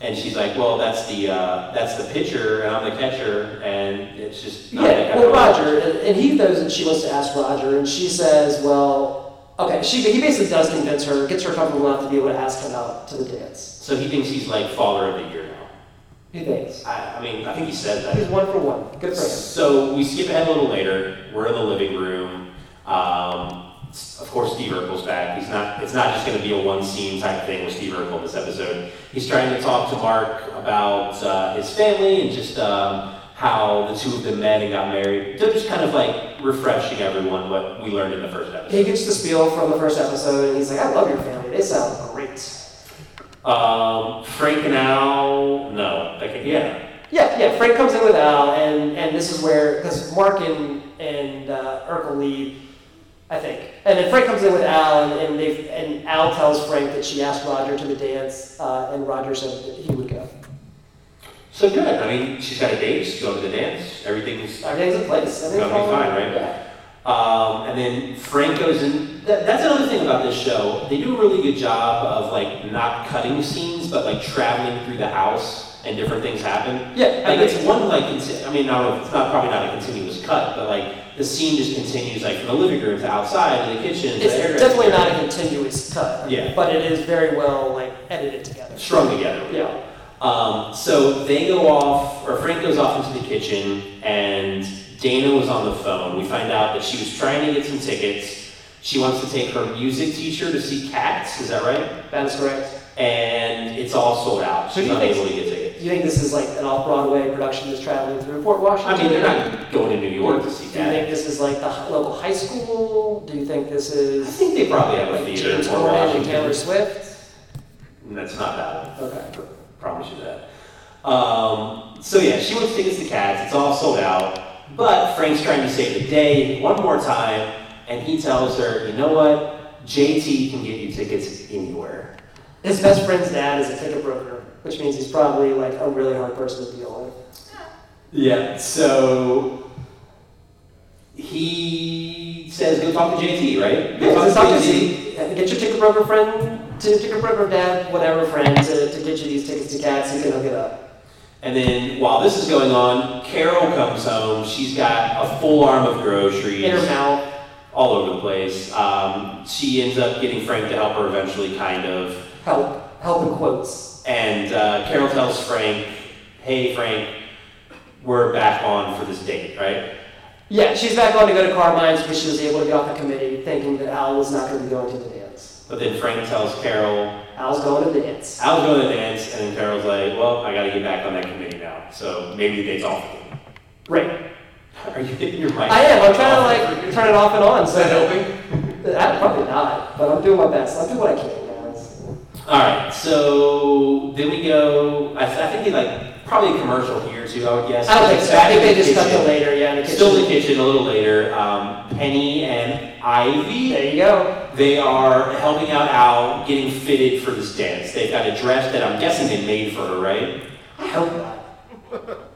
And she's like, "Well, that's the uh, that's the pitcher, and I'm the catcher, and it's just not that
Yeah,
kind
well,
of relationship."
Roger, and- and he goes and she wants to ask Roger, and she says, well, okay, she, he basically does convince her, gets her comfortable enough to be able to ask him out to the dance.
So he thinks he's like father of the year now.
He thinks.
I, I mean, I think he said that.
He's one for one. Good for him.
So we skip ahead a little later. We're in the living room. Um, of course, Steve Urkel's back. He's not. It's not just going to be a one-scene type thing with Steve Urkel this episode. He's trying to talk to Mark about uh, his family and just um, how the two of them met and got married. They're just kind of like refreshing everyone what we learned in the first episode.
He gets the spiel from the first episode, and he's like, "I love your family. They sound great."
Um, Frank and Al, no, like yeah,
Yeah, yeah. Frank comes in with Al, and, and this is where because Mark and and uh, Urkel leave, I think, and then Frank comes in with Al, and, and they and Al tells Frank that she asked Roger to the dance, uh, and Roger said that he would go.
so good. I mean, she's got a date. She's going to the dance. Everything's
Everything's in place.
It's gonna be fine, right?
Yeah.
Um, and then Frank goes in. That, that's another thing about this show. They do a really good job of like not cutting scenes, but like traveling through the house and different things happen.
Yeah, I
like
agree.
it's one like conti- I mean, I don't know, it's not probably not a continuous cut, but like the scene just continues like from the living room to outside to the kitchen. to the air
It's definitely
conditioner.
not a continuous cut.
Yeah.
But it is very well like edited together.
strung together.
Yeah.
Um, so they go off, or Frank goes off into the kitchen, and Dana was on the phone. We find out that she was trying to get some tickets. She wants to take her music teacher to see Cats. Is that right?
That is correct.
And it's all sold out.
So
She's
do you think-
unable to get tickets.
Do you think this is like an off-Broadway production that's traveling through Port Washington?
I mean, they're not going to New York to see
Do you think
Cats.
this is like the hi- local high school? Do you think this
I
is
think they probably have a
like
theater in
James
Fort
Corden and
Washington.
Taylor Swift?
That's not that one.
Okay.
Promise you that. Um, so yeah, she wants tickets to Cats. It's all sold out. But Frank's trying to save the day one more time, and he tells her, you know what? JT can get you tickets anywhere.
His best friend's dad is a ticket broker, which means he's probably like a really hard person to deal with.
Yeah. So he says, go talk to JT, right? Go
Yeah,
talk
it's
to
not just-
JT.
Get your ticket broker friend, to ticket broker dad, whatever friend, to, to get you these tickets to cats. You can hook it up.
And then while this is going on, Carol comes home. She's got a full arm of groceries.
In her mouth.
all over the place. Um, she ends up getting Frank to help her eventually, kind of.
Help. Help in quotes.
And uh, Carol tells Frank, "Hey, Frank, we're back on for this date, right?"
Yeah, she's back on to go to Carmine's because she was able to get off the committee thinking that Al was not going to be going to the dance.
But then Frank tells Carol,
Al's going to the dance.
"I'll go to the dance," and then Carol's like, "Well, I got to get back on that committee now, so maybe the date's off." again."
Right.
Are you hitting your mic?
I am. I'm trying to like turn it off and on. So
Is that helping?
I, probably not, but I'm doing my best. I'm doing what I can, guys.
All right, so then we go. I, I think they like probably a commercial here too. I would guess.
I don't think so. I think they just
Back in
cut to
the kitchen.
later. Yeah, in the kitchen.
Still in the kitchen a little later. Um, Penny and Ivy,
There you go.
they are helping out Al getting fitted for this dance. They've got a dress that I'm guessing they made for her, right?
I hope not.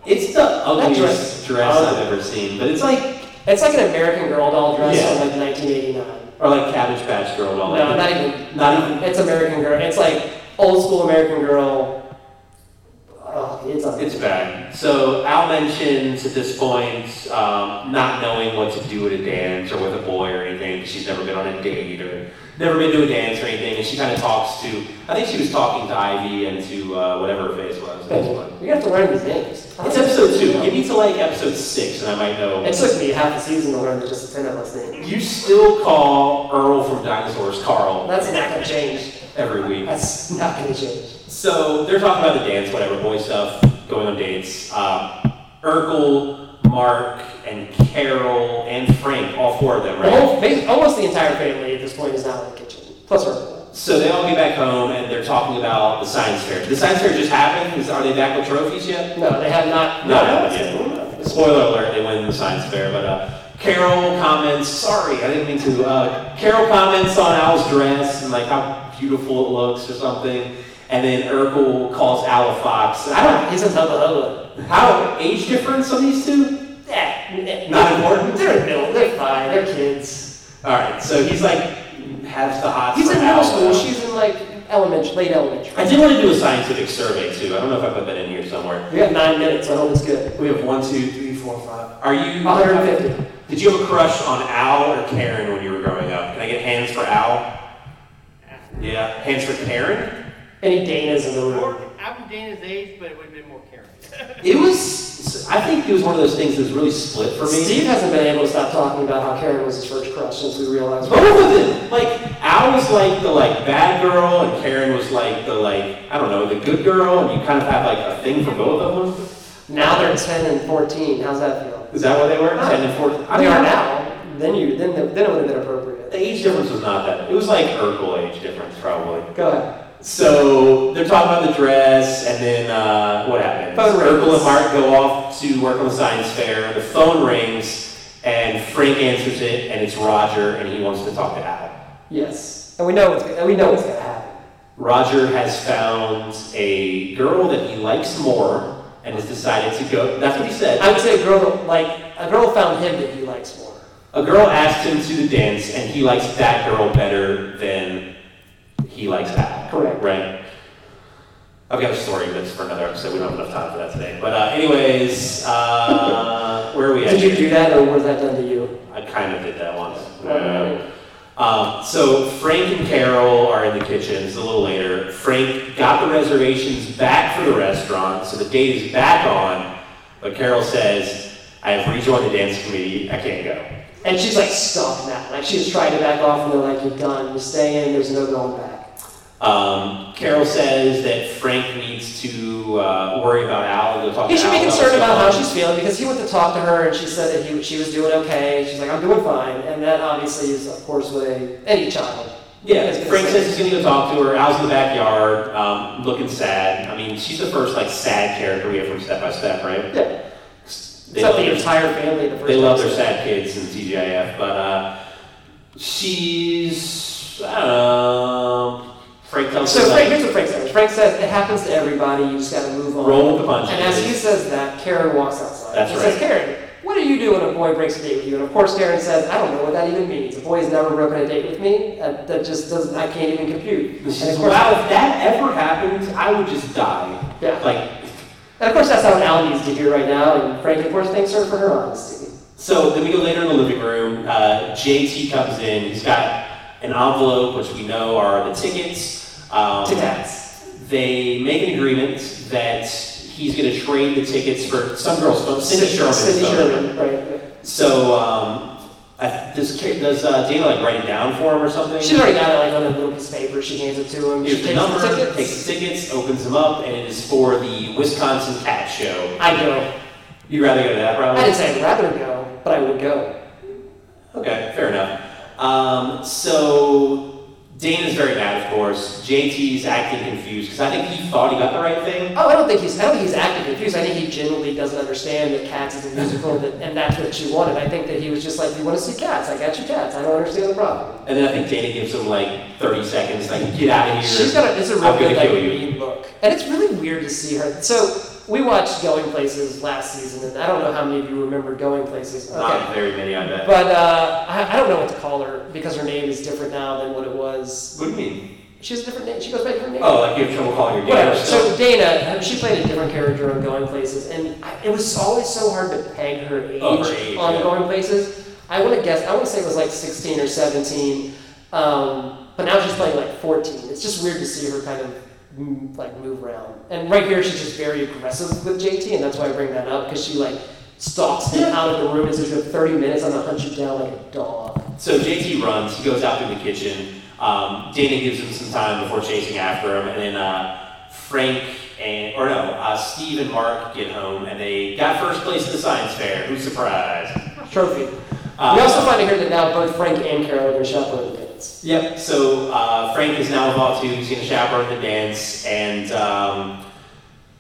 It's the
dress-
ugliest dress
Oh.
I've ever seen, but it's like
It's like an American Girl doll dress
Yeah.
from like 1989.
or like Cabbage Patch Girl doll.
No, not even.
Not even-
It's American Girl. It's like old school American Girl. Oh, it's ugly.
It's bad. So Al mentions at this point um, not knowing what to do at a dance or with a boy or anything. She's never been on a date or never been to a dance or anything. And she kind of talks to, I think she was talking to Ivy and to uh, whatever her face was. That's one.
You have to learn these names.
It's episode two. Give me to like episode six and I might know.
It took me half a season to learn just the 10 of us names.
You still call Earl from Dinosaurs Carl
That's not gonna change.
every week.
That's not gonna change.
So they're talking about the dance, whatever, boy stuff, going on dates. Um, Urkel, Mark, and Carol, and Frank, all four of them,
The
right?
whole, ba- almost the entire family at this point is now in the kitchen, plus her.
So they all get back home and they're talking about the science fair. The science fair just happened. Is- Are they back with trophies yet?
No, they have not.
Not happened yet. Spoiler alert, they win the science fair, but uh, Carol comments, sorry, I didn't mean to. Uh, Carol comments on Al's dress and like how beautiful it looks or something. And then Urkel calls Al a fox. I don't,
He's a hubba hubba.
How age difference on these two?
Eh,
Not important.
They're in middle. They're fine. They're kids.
All right, so he's like has the hot.
He's
for
in middle
Al.
school. She's in like elementary, late elementary.
I did want to do a scientific survey too. I don't know if I put that in here somewhere.
We have nine minutes. I hope it's good.
We have one, two, three, four, five. Are you?
150.
Did you have a crush on Al or Karen when you were growing up? Can I get hands for Al? Yeah, hands for Karen.
Any Danas in the room?
Or, I'm Dana's age, but it would have been more Karen.
It was. I I think it was one of those things that was really split for me.
Steve hasn't been able to stop talking about how Karen was his first crush since we realized.
Both of them. Like Al was like the like bad girl, and Karen was like the like I don't know the good girl, and you kind of have like a thing for both of them.
Now they're 10 and 14. How's that feel?
Is that what they were? Ten and fourteen. I
they
mean,
are now. Then you then the, then it would have been appropriate.
The age difference was not that. It was like Urkel age difference probably.
Go ahead.
So they're talking about the dress, and then uh, what happens?
Phone
Urkel
rings.
and Mark go off to work on the science fair. The phone rings, and Frank answers it, and it's Roger, and he wants to talk to Al.
Yes. And we know what's and we know what's gonna happen.
Roger has found a girl that he likes more and has decided to go. That's what he said.
I would say a girl like a girl found him that he likes more.
A girl asked him to the dance, and he likes that girl better than he likes that.
Correct.
Right. I've got a story, but it's for another episode. We don't have enough time for that today. But, uh, anyways, uh, where are we at?
Did you
here?
do that Oh, or was that done to you?
I kind of did that once.
Alright.
Um, so Frank and Carol are in the kitchens a little later. Frank got the reservations back for the restaurant, so the date is back on. But Carol says, "I have rejoined the dance committee. I can't go."
And she's like stuck now. Like she was trying to back off and they're like, You're done, you stay in, there's no going back.
Um, Carol says that Frank needs to uh, worry about Al. Go talk
He
to
should
Al
be
what's
concerned about
going
how
on.
she's feeling because he went to talk to her and she said that he, she was doing okay. She's like, I'm doing fine. And that obviously is, of course, what a, any child.
Yeah,
is gonna
Frank
say.
says he's gonna go talk to her. Al's in the backyard, um, looking sad. I mean, she's the first like sad character we have from Step by Step, right?
Yeah.
They
Except
love
the
her-
entire family. The first
They love
time.
their sad kids in TGIF, but uh, she's I don't know. Frank tells
So
her
Frank, here's
like,
what Frank says. Frank says it happens to everybody. You just got to move on.
roll with the punches.
And as he says that, Karen walks outside.
That's
he
right.
says, Karen, what do you do when a boy breaks a date with you? And of course, Karen says, I don't know what that even means. A boy has never broken a date with me. That, that just doesn't. I can't even
And she
compute. And of
says,
course,
wow, if that ever happened, I would just die.
Yeah.
Like
and of course, that's how Al needs to hear right now. And Frank, of course, thanks her for her honesty.
so. Then we go later in the living room. Uh, JT comes in. He's got an envelope, which we know are the tickets. Um,
To Tats.
They make an agreement that he's going to trade the tickets for some girl's phone. Cindy Sherman's
Cindy
phone.
Sherman, right.
So, um, I, does Ka- does uh, Dana like write it down for him or something?
She's already got it like on a little piece of paper. She hands it to him. She
Here's
takes
the number,
the tickets.
takes the tickets, opens them up, and it is for the Wisconsin Cat Show.
I go.
You'd rather go to that, probably.
I didn't say I'd rather go, but I would go.
Okay, fair enough. Um, so Dana's very mad, of course. JT's acting confused because I think he thought he got the right thing.
Oh, I don't think he's. I don't think he's acting confused. I think he genuinely doesn't understand that Cats is a musical, that, and that's what she wanted. I think that he was just like, "You want to see Cats? I got you, Cats. I don't understand the problem."
And then I think Dana gives him like 30 seconds, like, get out of here.
She's got a. It's a real
I'm
good
gonna
like
kill you.
mean look, and it's really weird to see her. So we watched Going Places last season, and I don't know how many of you remember Going Places.
Not very many, I bet.
But uh, I, I don't know what to call her because her name is different now than what it was.
what do you mean?
She has a different name. She goes by a different name.
Oh, like you have trouble calling your
Whatever.
dad or
So Dana, um, she played a different character on Going Places, and I, it was always so hard to peg her age,
Oh, her age,
on
yeah.
Going Places. I want to guess. I want to say it was like 16 or 17, um, but now she's playing like 14. It's just weird to see her kind of mm, like move around. And right here, she's just very aggressive with JT, and that's why I bring that up because she like stalks him out of the room and says, "You have 30 minutes. I'm gonna hunt you down like a dog."
So JT runs, he goes out through the kitchen. Um, Dana gives him some time before chasing after him, and then uh, Frank and or no, uh, Steve and Mark get home, and they got first place at the science fair. Who's surprised?
Trophy.
Uh,
we also find out here that now both Frank and Carol are gonna chaperone the dance.
Yep. So uh, Frank is now involved too. He's going to chaperone the dance, and um,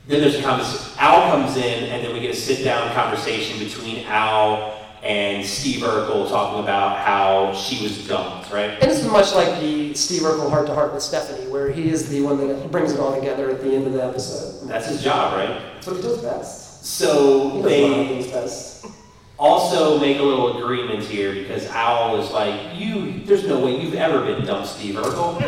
then there's a convers- Al comes in, and then we get a sit-down conversation between Al and Steve Urkel talking about how she was dumped, right?
And it's much like the Steve Urkel heart to heart with Stephanie, where he is the one that brings it all together at the end of the episode.
That's his job, right?
That's what he does best. He
So
does a lot
they
of things best.
also make a little agreement here because Owl is like, you, there's no way you've ever been dumb, Steve Urkel.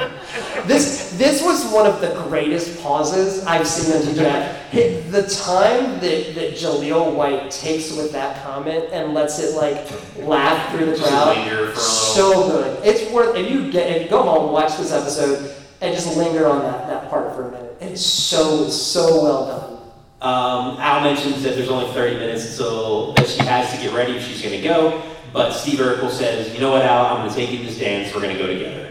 This this was one of the greatest pauses I've seen on TGI. The time that, that Jaleel White takes with that comment and lets it like laugh through the
Just
crowd.
linger for a
So good. It's worth if you get if you go home, watch this episode, and just linger on that, that part for a minute. It is so so well done.
Um, Al mentions that there's only 30 minutes until that she has to get ready if she's going to go. But Steve Urkel says, "You know what, Al? I'm going to take you to this dance. We're going to go together."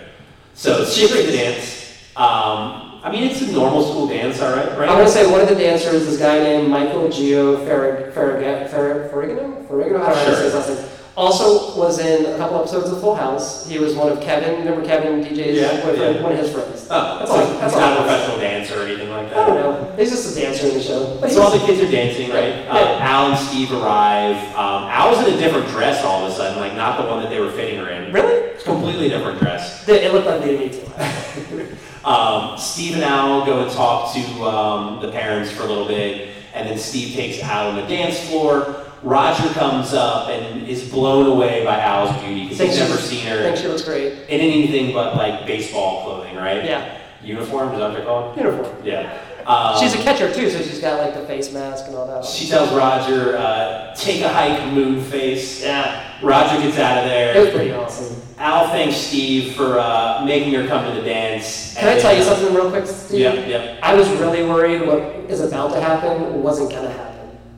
So she agrees to dance. Um, I mean, it's a normal school dance, all right? right?
I want to say one of the dancers, this guy named Michael Gio Ferrig- Ferrig- Fer- Ferrigno? Ferrigno? I don't know how to say his last name. Also was in a couple episodes of Full House. He was one of Kevin, remember Kevin, DJ's
Yeah,
boyfriend,
yeah.
one of his friends.
Oh,
That's
so
all- Oh, that's
he's not
all.
a professional dancer or anything like
I
that.
don't know. He's just a dancer in the show. But
So all
he's-
the kids are dancing, right?
Yeah.
Uh, Al and Steve arrive. Um, Al's in a different dress all of a sudden, like not the one that they were fitting her in.
Really?
It's a completely different dress.
It looked like they didn't need to.
Um, Steve and Al go and talk to um, the parents for a little bit, and then Steve takes Al on the dance floor. Roger comes up and is blown away by Al's beauty because
Think
he's
she-
never seen
I think
her
she looks great.
in anything but like baseball clothing, right?
Yeah.
Uniform, is that what they're called?
Uniform.
Yeah. Um,
She's a catcher too, so she's got like the face mask and all that.
She tells Roger, uh, take a hike, moon face.
Yeah.
Roger gets out of
It was
there.
pretty awesome.
Al thanks Steve for uh, making her come to the dance.
Can I tell you something real quick, Steve?
Yep, yep.
I was really worried what is about to happen wasn't gonna happen.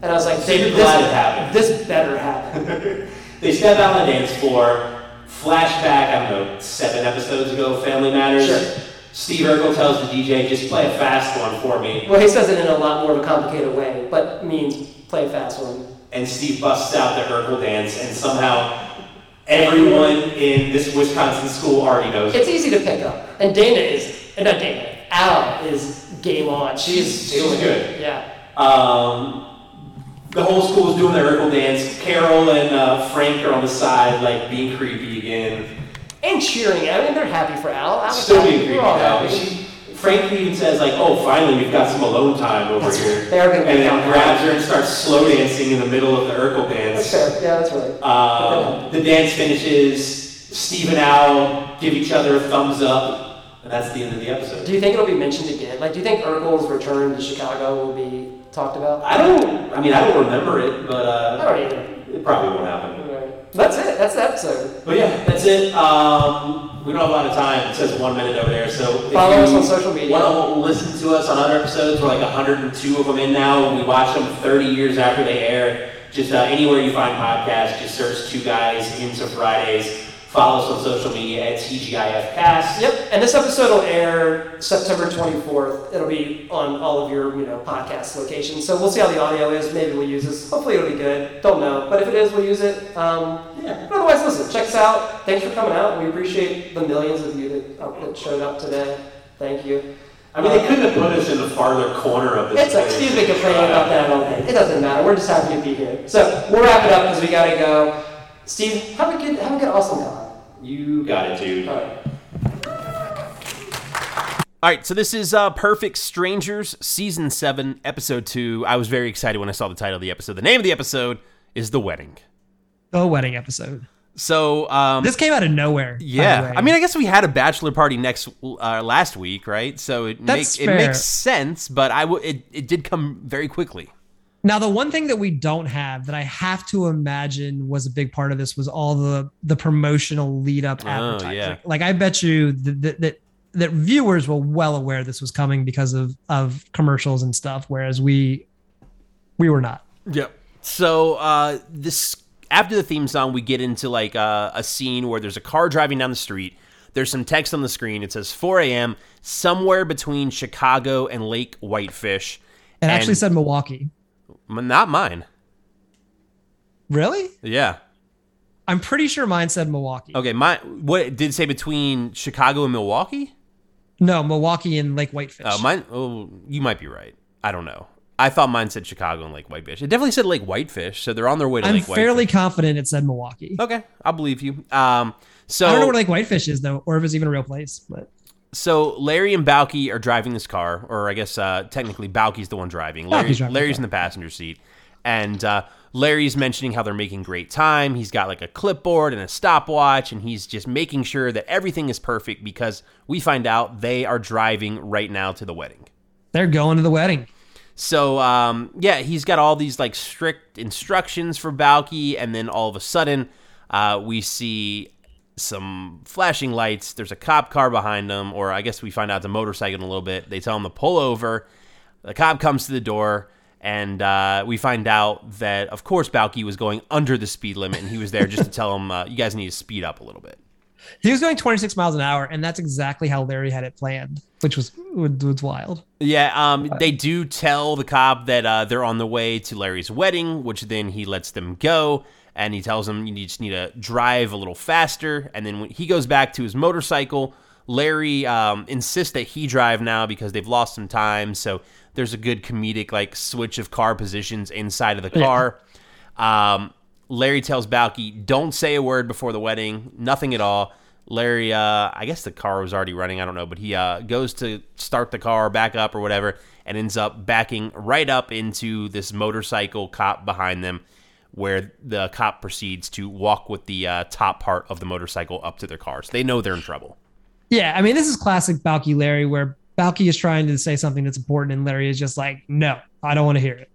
And I was like,
So
"Dude,
you're
this,
glad it happened."
this better happen.
They step out on the dance floor. Flashback, I don't know, seven episodes ago, Family Matters.
Sure.
Steve Urkel tells the DJ, just play a fast one for me.
well, he says it in a lot more of a complicated way, but means play a fast one.
And Steve busts out the Urkel dance, and somehow everyone in this Wisconsin school already knows.
It's easy to pick up. And Dana is, and not Dana, Al is game on. She's
She's
doing it.
good.
Yeah.
Um, the whole school is doing their Urkel dance. Carol and uh, Frank are on the side, like being creepy again.
And cheering. I mean, they're happy for Al. Al
Still being creepy
we're all
now.
happy.
but She, Frank even says like, "Oh, finally, we've got some alone time over here."
They are gonna
and
be
then
down.
grabs her and starts slow dancing in the middle of the Urkel
That's
dance.
fair. Yeah, that's right.
Um, the dance finishes. Steve and Al give each other a thumbs up, and that's the end of the episode.
Do you think it'll be mentioned again? Like, do you think Urkel's return to Chicago will be talked about?
I don't. I mean, I don't remember it, but
I
uh,
don't either.
it probably won't happen.
Alright. That's it. That's the episode.
But yeah, that's it. Um, we don't have a lot of time. It says one minute over there. So if
Follow
you
us on social media.
Want to listen to us on other episodes? We're like 102 of them in now. We watch them 30 years after they air. Just uh, anywhere you find podcasts, just search Two Guys Into Fridays. Follow us on social media at TGIFcast.
Yep. And this episode will air September 24th. It'll be on all of your, you know, podcast locations. So we'll see how the audio is. Maybe we'll use this. Hopefully it'll be good. Don't know. But if it is, we'll use it. Um,
Yeah.
but otherwise, listen, check us out. Thanks for coming out. We appreciate the millions of you that, uh, that showed up today. Thank you.
I mean, they couldn't have put us in the farther corner of this.
It's like, excuse me complaining about that all day. It doesn't matter. We're just happy to be here. So we'll wrap it up because we gotta go. Steve, have a good, have a good, awesome time.
You got it, dude.
All right.
All right, so this is uh, Perfect Strangers, Season 7, Episode 2. I was very excited when I saw the title of the episode. The name of the episode is The Wedding.
The wedding episode.
So, um,
This came out of nowhere. by the way.
yeah. I mean, I guess we had a bachelor party next uh, last week, right? So it,
That's
makes it
fair.
makes sense, but I w- it, it did come very quickly.
Now, the one thing that we don't have that I have to imagine was a big part of this was all the the promotional lead up
Oh,
advertising.
yeah.
Like I bet you that that, that that viewers were well aware this was coming because of of commercials and stuff, whereas we we were not.
Yep. So uh, this after the theme song, we get into like uh, a scene where there's a car driving down the street. There's some text on the screen. It says 4 a.m. somewhere between Chicago and Lake Whitefish.
It actually
And-
said Milwaukee.
M- Not mine.
Really?
Yeah.
I'm pretty sure mine said Milwaukee.
Okay. My what did it say between Chicago and Milwaukee?
No, Milwaukee and Lake Whitefish.
Uh, mine. Oh, you might be right. I don't know. I thought mine said Chicago and Lake Whitefish. It definitely said Lake Whitefish, so they're on their way to
I'm
Lake
fairly
Whitefish.
confident it said Milwaukee.
Okay, I believe you. Um, so
I don't know where Lake Whitefish is though, or if it's even a real place. But
so Larry and Balky are driving this car, or I guess uh, technically Balky's the one driving. Larry,
Balky's driving the
Larry's
car.
in the passenger seat, and uh, Larry's mentioning how they're making great time. He's got like a clipboard and a stopwatch, and he's just making sure that everything is perfect because we find out they are driving right now to the wedding.
they're going to the wedding.
So um, yeah, he's got all these like strict instructions for Balky, and then all of a sudden, uh, we see some flashing lights. There's a cop car behind them, or I guess we find out it's a motorcycle in a little bit. They tell him to pull over. The cop comes to the door, And uh, we find out that, of course, Balky was going under the speed limit, and he was there just to tell him, uh, "You guys need to speed up a little bit."
He was going 26 miles an hour, and that's exactly how Larry had it planned, which was was wild.
Yeah, um, they do tell the cop that uh, they're on the way to Larry's wedding, which then he lets them go, and he tells them you just need to drive a little faster. And then when he goes back to his motorcycle, Larry um, insists that he drive now because they've lost some time. So there's a good comedic like switch of car positions inside of the car. Um, Larry tells Balky, "Don't say a word before the wedding. Nothing at all." Larry, uh, I guess the car was already running. I don't know, but he uh, goes to start the car back up or whatever, and ends up backing right up into this motorcycle cop behind them, where the cop proceeds to walk with the uh, top part of the motorcycle up to their car. So they know they're in trouble.
Yeah, I mean, this is classic Balky Larry, where Balky is trying to say something that's important, and Larry is just like, "No, I don't want to hear it."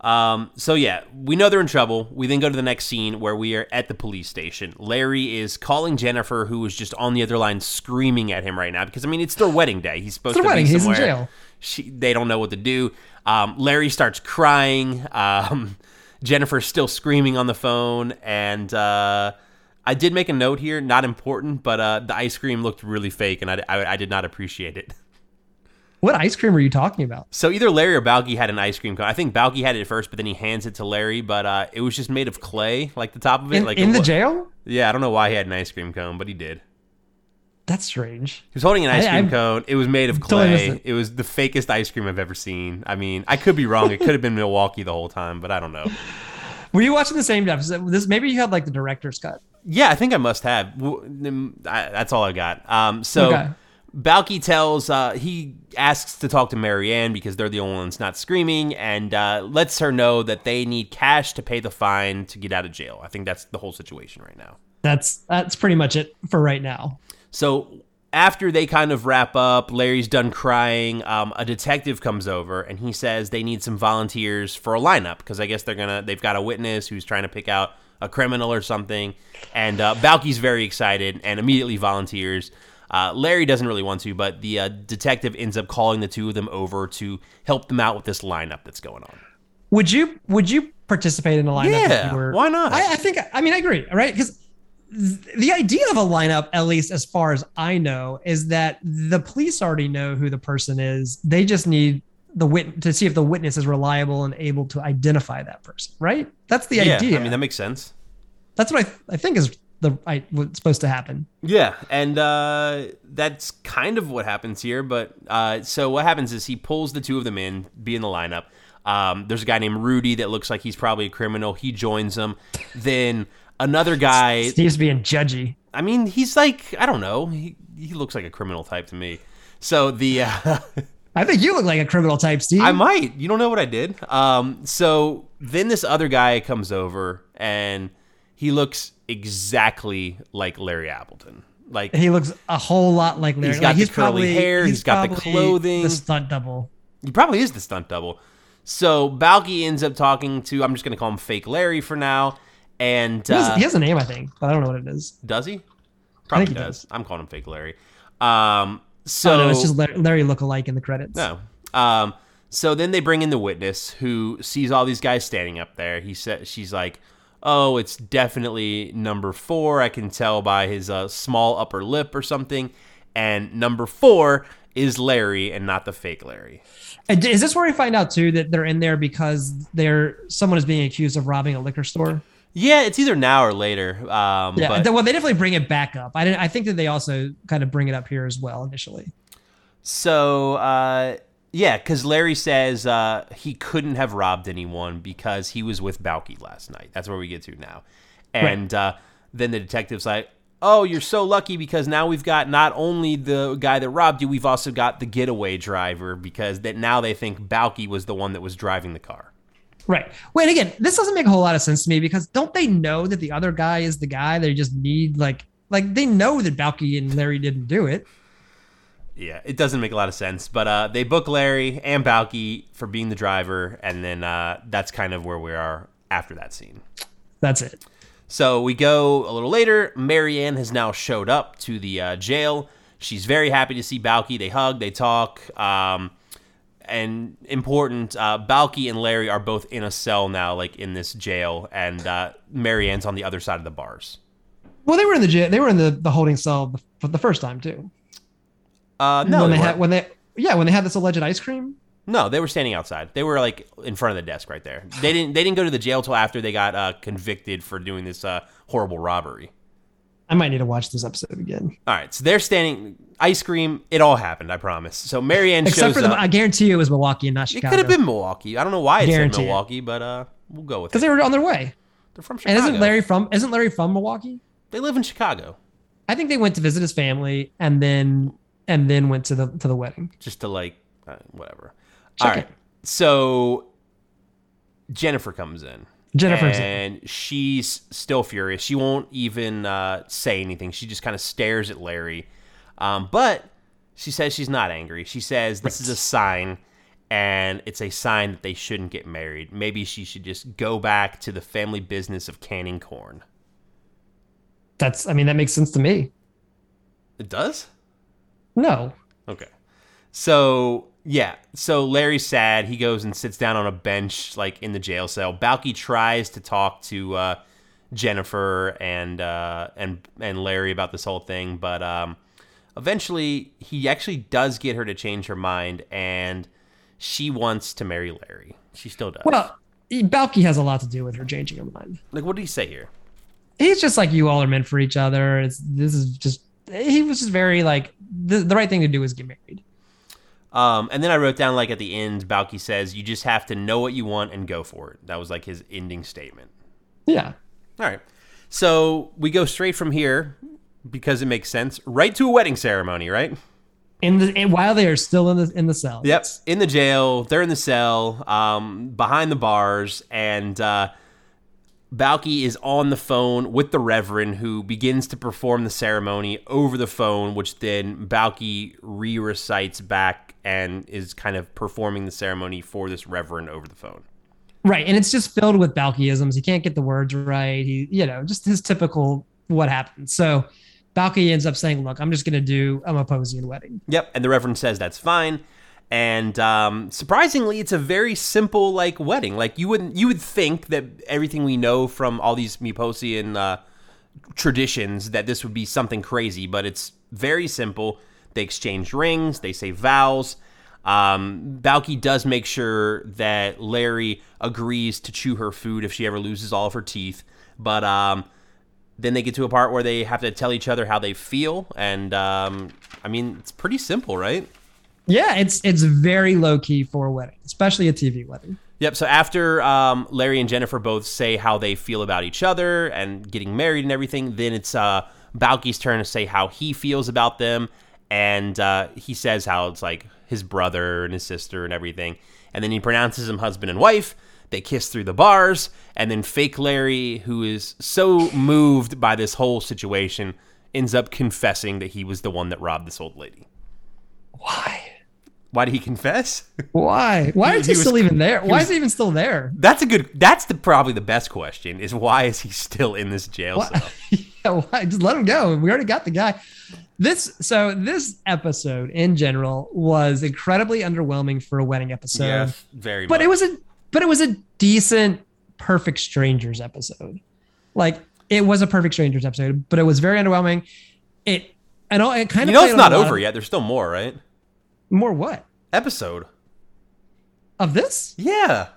Um, so yeah, we know they're in trouble. We then go to the next scene where we are at the police station. Larry is calling Jennifer, who is just on the other line screaming at him right now because I mean it's their wedding day. He's supposed
their
to
wedding.
be
He's in
somewhere.
jail.
She, they don't know what to do. Um, Larry starts crying. Um, Jennifer's still screaming on the phone, and uh, I did make a note here, not important, but uh, the ice cream looked really fake, and I, I, I did not appreciate it.
What ice cream are you talking about?
So either Larry or Balky had an ice cream cone. I think Balky had it first, but then he hands it to Larry. But uh, it was just made of clay, like the top of it,
In,
like
in
it
the
wa-
jail?
Yeah, I don't know why he had an ice cream cone, but he did.
That's strange.
He was holding an ice
I-
cream
I-
cone. It was made of
Totally
clay.
missed it.
it was the fakest ice cream I've ever seen. I mean, I could be wrong. It could have been Milwaukee the whole time, but I don't know.
Were you watching the same episode? This maybe you had like the director's cut.
Yeah, I think I must have. W- mm, I- That's all I got. Um, so
Okay.
Balky tells uh, he asks to talk to Marianne because they're the only ones not screaming, and uh, lets her know that they need cash to pay the fine to get out of jail. I think that's the whole situation right now.
That's that's pretty much it for right now.
So after they kind of wrap up, Larry's done crying. Um, a detective comes over and he says they need some volunteers for a lineup because I guess they're gonna they've got a witness who's trying to pick out a criminal or something. And uh, Balky's very excited and immediately volunteers. Uh, Larry doesn't really want to, but the uh, detective ends up calling the two of them over to help them out with this lineup that's going on.
Would you would you participate in a lineup? if
Yeah,
you were,
why not?
I, I think I mean I agree, right? Because the idea of a lineup, at least as far as I know, is that the police already know who the person is. They just need the wit to see if the witness is reliable and able to identify that person, right? That's the idea.
I mean that makes sense.
that's what I, I think is the I, what's supposed to happen.
Yeah, and uh, that's kind of what happens here. But uh, so what happens is he pulls the two of them in, be in the lineup. Um, there's a guy named Rudy that looks like he's probably a criminal. He joins them. Then another guy.
Steve's being judgy.
I mean, he's like I don't know. He he looks like a criminal type to me. So the uh,
I think you look like a criminal type, Steve.
I might. You don't know what I did. Um, so then this other guy comes over and he looks exactly like Larry Appleton. Like
he looks a whole lot like Larry.
He's got
like,
the curly hair, he's got the
probably
clothing.
the stunt double.
He probably is the stunt double. So Balky ends up talking to I'm just gonna call him Fake Larry for now. And
He has,
uh,
he has a name, I think, but I don't know what it is.
does he? Probably
he
does. I'm calling him Fake Larry. Um, so
So it's just Larry, Larry lookalike in the credits.
no. Um, so then they bring in the witness who sees all these guys standing up there. He said, "She's like, oh, it's definitely number four. I can tell by his uh, small upper lip or something." And number four is Larry and not the fake Larry.
And Is this where we find out too that they're in there because they're someone is being accused of robbing a liquor store?
Yeah, it's either now or later. Um,
Yeah.
but-
th- well, they definitely bring it back up. I didn't. I think that they also kind of bring it up here as well initially.
So, uh, yeah, because Larry says uh, he couldn't have robbed anyone because he was with Balky last night. That's where we get to now. And uh, then the detective's like, oh, you're so lucky because now we've got not only the guy that robbed you, we've also got the getaway driver because that now they think Balky was the one that was driving the car.
Right. Wait, again, this doesn't make a whole lot of sense to me because don't they know that the other guy is the guy? They just need like like they know that Balky and Larry didn't do it.
Yeah, it doesn't make a lot of sense, but uh, they book Larry and Balky for being the driver, and then uh, that's kind of where we are after that scene.
That's it.
So we go a little later. Marianne has now showed up to the uh, jail. She's very happy to see Balky. They hug, they talk. Um, and important, uh, Balky and Larry are both in a cell now, like in this jail, and uh, Marianne's on the other side of the bars.
Well, they were in the jail. They were in the, the holding cell the- for the first time too.
Uh, no,
when
they
they
weren't.
had when they yeah when they had this alleged ice cream.
No, they were standing outside. They were like in front of the desk right there. They didn't. They didn't go to the jail till after they got uh, convicted for doing this uh, horrible robbery.
I might need to watch this episode again.
All right, so they're standing. Ice cream. It all happened. I promise. So Marianne
Except
shows
for the,
up.
I guarantee you it was Milwaukee and not
it
Chicago.
could have been Milwaukee. I don't know why it said
Guarantee it.
Milwaukee, but uh, we'll go with
because
it.
they were on their way.
They're from
And
Chicago.
isn't Larry from isn't Larry from Milwaukee?
They live in Chicago.
I think they went to visit his family and then and then went to the to the wedding.
just to like uh, whatever.
Check
All right.
it.
So Jennifer comes in.
Jennifer's in.
and she's still furious. She won't even uh, say anything. She just kind of stares at Larry. Um, but she says she's not angry. She says this is a sign, and it's a sign that they shouldn't get married. Maybe she should just go back to the family business of canning corn.
That's I mean that makes sense to me.
It does.
No,
Okay. So yeah, so Larry's sad. He goes and sits down on a bench, like in the jail cell. Balky tries to talk to uh, Jennifer and uh, and and Larry about this whole thing, but um, eventually he actually does get her to change her mind, and she wants to marry Larry. She still does.
well Balky has a lot to do with her changing her mind.
like what did he say here?
he's just like you all are meant for each other. It's this is just he was just very like the, the right thing to do is get married.
Um, and then I wrote down like at the end, Balky says, "You just have to know what you want and go for it." That was like his ending statement.
Yeah.
All right. So we go straight from here because it makes sense, right to a wedding ceremony, right?
In the and while they are still in the in the cell.
Yep. In the jail, they're in the cell, um, behind the bars, and uh, Balky is on the phone with the Reverend, who begins to perform the ceremony over the phone, which then Balky re recites back and is kind of performing the ceremony for this Reverend over the phone.
Right. And it's just filled with Balkyisms. He can't get the words right. He you know, just his typical what happened. So Balky ends up saying, Look, I'm just gonna do I'm opposing wedding.
Yep, and the Reverend says that's fine. And um, surprisingly, it's a very simple like wedding. Like you wouldn't you would think that everything we know from all these Miposian uh, traditions that this would be something crazy, but it's very simple. They exchange rings, they say vows. Um, Balky does make sure that Larry agrees to chew her food if she ever loses all of her teeth, but um, then they get to a part where they have to tell each other how they feel and um, i mean it's pretty simple right
Yeah, it's it's very low key for a wedding, especially a TV wedding.
yep so after um, larry and jennifer both say how they feel about each other and getting married and everything then it's uh, balky's turn to say how he feels about them and uh, he says how it's like his brother and his sister and everything and then he pronounces them husband and wife they kiss through the bars and then fake larry who is so moved by this whole situation ends up confessing that he was the one that robbed this old lady
Why?
Why did he confess?
Why? Why is he,
he was-
still even there? Why
was-
is he even still there?
That's a good. That's the probably the best question is why is he still in this jail
Why-
cell?
yeah, why? Just let him go. We already got the guy. This so this episode in general was incredibly underwhelming for a wedding episode,
very.
but
much.
it was a but it was a decent Perfect Strangers episode. Like it was a Perfect Strangers episode, but it was very underwhelming. It I know it kind of
You know,
played
it's
on
not
a lot
over
of-
yet. There's still more, right?
More what
Episode.
of this?
Yeah.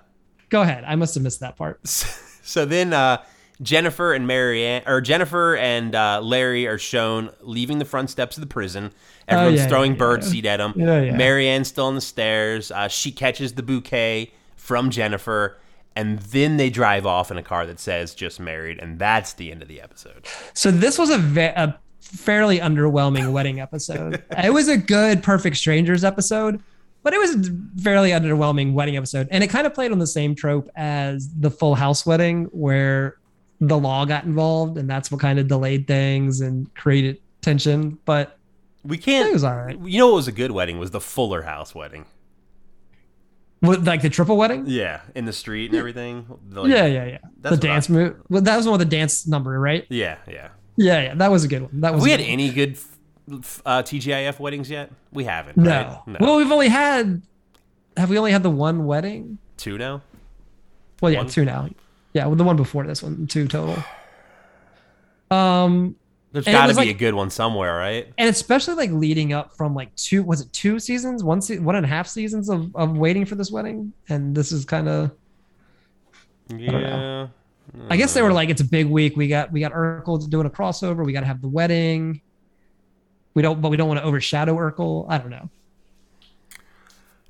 Go ahead. I must have missed that part.
So then uh, Jennifer and Marianne, or Jennifer and uh, Larry, are shown leaving the front steps of the prison. Everyone's
Oh, yeah,
throwing
yeah,
bird
yeah.
seed at them.
Yeah, yeah.
Marianne's still on the stairs. Uh, she catches the bouquet from Jennifer, and then they drive off in a car that says "just married," and that's the end of the episode.
So this was a, ve- a fairly underwhelming wedding episode. it was a good Perfect Strangers episode, but it was a fairly underwhelming wedding episode. And it kind of played on the same trope as the Full House wedding, where the law got involved, and that's what kind of delayed things and created tension. But
We can't.
It was all right.
You know what was a good wedding was the Fuller House wedding.
with like the triple wedding,
Yeah, in the street and everything. The, like-
yeah, yeah, yeah.
Oh, That's
The
what
dance
I-
move. Well, that was one with the dance number, right?
yeah, yeah.
Yeah, yeah. That was a good one. That was
Have we
a
had
good one.
any good f- f- uh, TGIF weddings yet? We haven't.
No.
right?
Well, we've only had have we only had the one wedding?
Two now.
Well, yeah,
One?
two now. Yeah, well, the one before this one, two total. Um,
There's
And it
got to
was
be a
like-
good one somewhere, right?
and especially like leading up from like two was it two seasons one se- one and a half seasons of, of waiting for this wedding and this is kind of don't
Yeah.
i guess
Mm.
they were like it's a big week we got we got urkel doing a crossover we got to have the wedding we don't but we don't want to overshadow urkel i don't know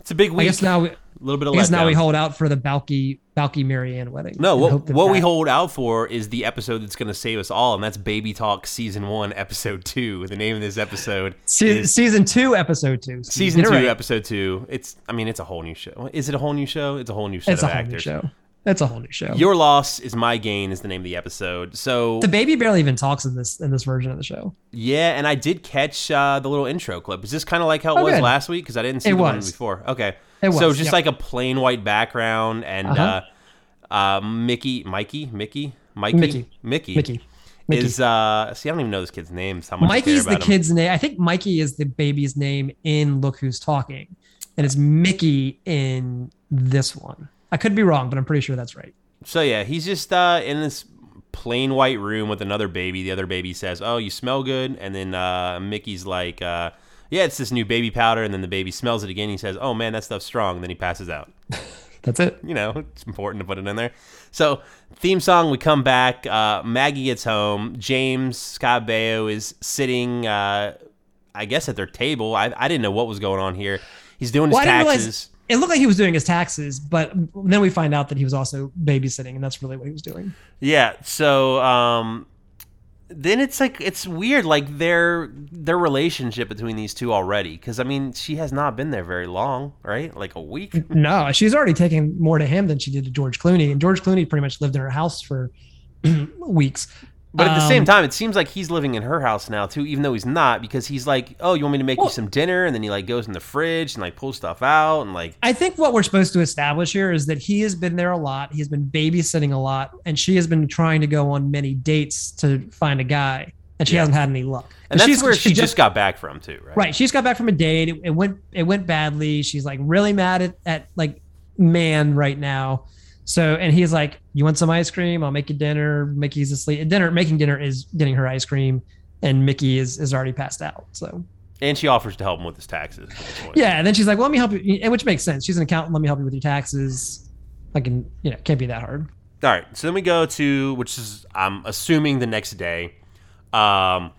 It's a big
i
week.
guess now we
a little bit of
i guess now we
letdown.
hold out for the balky balky marianne wedding
No,
and
what,
hope that
what we
that-
hold out for is the episode that's going to save us all, and that's Baby Talk Season 1, Episode 2. The name of this episode
Se-
is
season two episode two
Season
You're
2,
right.
Episode 2. It's, I mean, it's a whole new show. Is it a whole new show? It's a whole new set
it's a
of
whole
actors.
new show it's a whole new show
Your Loss is My Gain is the name of the episode. So,
the baby barely even talks in this in this version of the show
yeah, and I did catch uh, the little intro clip. Is this kind of like how it
Oh,
was
good.
last week? Because I didn't see
It
the one
was.
before. Okay.
It
so,
was,
just
yep.
like a plain white background, and uh
Uh-huh.
uh, Mickey, Mikey, Mickey, Mikey,
Mickey.
Mickey,
mickey mickey
is uh see I don't even know this kid's names. How much I care
Mikey's the
about him.
kid's name. I think Mikey is the baby's name in Look Who's Talking, and it's Mickey in this one. I could be wrong, but I'm pretty sure that's right.
So yeah, he's just uh in this plain white room with another baby. The other baby says, "Oh, you smell good," and then uh Mickey's like, uh, "Yeah, it's this new baby powder." And then the baby smells it again. He says, "Oh man, that stuff's strong." And then he passes out.
That's it.
you know, it's important to put it in there. So, theme song, we come back. Uh, Maggie gets home. James Scott Baio is sitting, uh, I guess, at their table. I, I didn't know what was going on here. He's doing his
Well, I didn't
taxes.
realize it looked like he was doing his taxes, but then we find out that he was also babysitting, and that's really what he was doing.
Yeah. So um, then it's like it's weird, like their their relationship between these two already, because I mean she has not been there very long, right? Like a week.
No, she's already taking more to him than she did to George Clooney, and George Clooney pretty much lived in her house for weeks.
But at the
Um,
same time, it seems like he's living in her house now too, even though he's not, because he's like, "Oh, you want me to make you
Well-
some dinner?" And then he like goes in the fridge and like pulls stuff out and like,
I think what we're supposed to establish here is that he has been there a lot. He's been babysitting a lot, and she has been trying to go on many dates to find a guy, and she
Yeah.
hasn't had any luck.
and that's
she's-
where she, just got back from too, right?
right. She's got back from a date. It, it went it went badly. She's like really mad at at like man right now. So and he's like, "You want some ice cream? I'll make you dinner." Mickey's asleep. Dinner making dinner is getting her ice cream, and Mickey is is already passed out. So
And she offers to help him with his taxes. at this point.
yeah, and then she's like, well, "Let me help you," and which makes sense. She's an accountant. Let me help you with your taxes. I can, you know, can't be that hard.
All right. So then we go to, which is, I'm assuming the next day. Um,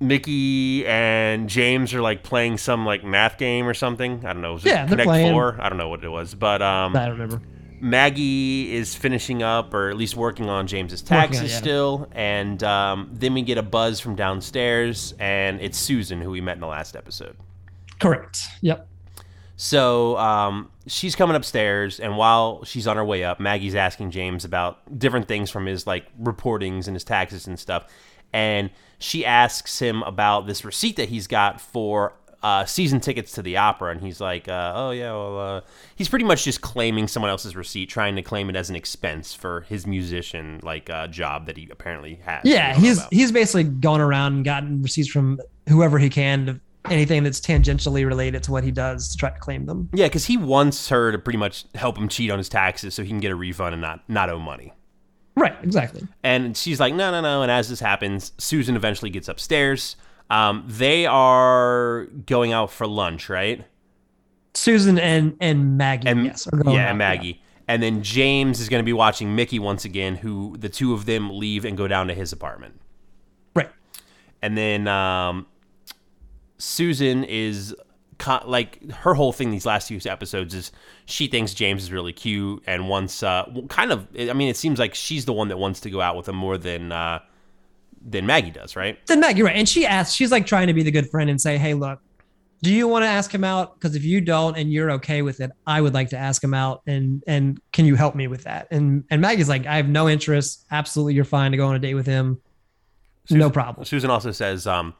Mickey and James are like playing some like math game or something. I don't know. Was it
Yeah, they're
Connect
playing.
Four? I don't know what it was. But um,
I don't remember.
Maggie is finishing up, or at least working on James's
Working on,
taxes
yeah.
still. And um, then we get a buzz from downstairs, and it's Susan who we met in the last episode.
Correct. Yep.
So um, she's coming upstairs, and while she's on her way up, Maggie's asking James about different things from his like reportings and his taxes and stuff. And she asks him about this receipt that he's got for uh, season tickets to the opera, and he's like, uh, "Oh yeah, well," uh, he's pretty much just claiming someone else's receipt, trying to claim it as an expense for his musician like uh, job that he apparently has. that we
Yeah,
don't know
he's
about.
he's basically gone around and gotten receipts from whoever he can to anything that's tangentially related to what he does to try to claim them.
yeah, because he wants her to pretty much help him cheat on his taxes so he can get a refund and not not owe money.
Right. Exactly.
And she's like, no, no, no. And as this happens, Susan eventually gets upstairs. Um, they are going out for lunch, right?
Susan and and Maggie.
And
yes. are going
Oh, yeah,
out,
and Maggie. And then James is going to be watching Mickey once again, who the two of them leave and go down to his apartment.
Right.
And then um, Susan is co- like her whole thing these last few episodes is she thinks James is really cute and wants uh well, kind of I mean it seems like she's the one that wants to go out with him more than uh than Maggie does, right?
Then Maggie. Right. And she asks. She's like trying to be the good friend and say, "Hey, look." Do you want to ask him out? Because if you don't and you're okay with it, I would like to ask him out and and can you help me with that? And and Maggie's like, I have no interest. Absolutely, you're fine to go on a date with him. no problem.
Susan also says um